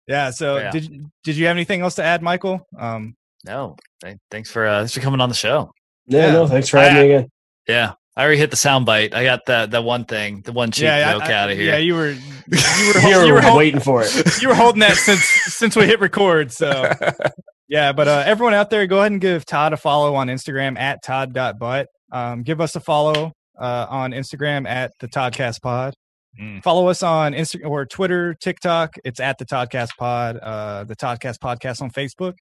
[SPEAKER 2] yeah so
[SPEAKER 4] Yeah.
[SPEAKER 2] did did you have anything else to add michael um
[SPEAKER 4] No, th- thanks for uh, thanks for coming on the show.
[SPEAKER 3] Yeah,
[SPEAKER 2] Yeah.
[SPEAKER 3] no, thanks for having me again.
[SPEAKER 4] Yeah, I already hit the soundbite. I got that that one thing, the one cheap
[SPEAKER 2] yeah, I-
[SPEAKER 4] joke
[SPEAKER 2] I-
[SPEAKER 4] out of
[SPEAKER 2] yeah
[SPEAKER 4] here.
[SPEAKER 2] you were you were,
[SPEAKER 3] You
[SPEAKER 2] you
[SPEAKER 3] were,
[SPEAKER 2] were hol-
[SPEAKER 3] waiting for it.
[SPEAKER 2] you were holding that since since we hit record. So yeah, but uh, everyone out there, go ahead and give Todd a follow on Instagram at todd.butt. Um, give us a follow uh, on Instagram at the Toddcast Pod. Follow us on Instagram or Twitter, TikTok. It's at the Toddcast Pod, uh, the Toddcast Podcast on Facebook.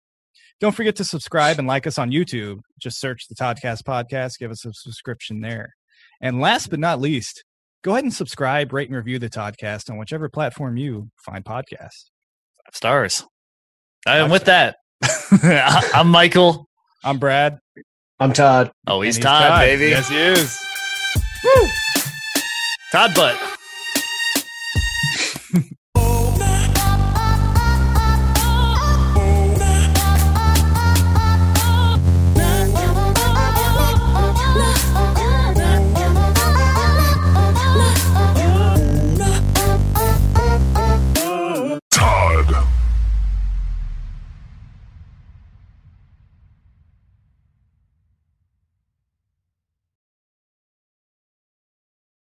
[SPEAKER 2] Don't forget to subscribe and like us on YouTube. Just search the Toddcast Podcast. Give us a subscription there. And last but not least, go ahead and subscribe, rate, and review the Toddcast on whichever platform you find podcasts.
[SPEAKER 4] Stars. And with that, I- I'm Michael.
[SPEAKER 2] I'm Brad.
[SPEAKER 3] I'm Todd.
[SPEAKER 4] Oh, he's,
[SPEAKER 2] And
[SPEAKER 4] Todd, baby.
[SPEAKER 2] Yes, he is.
[SPEAKER 4] Todd Butt.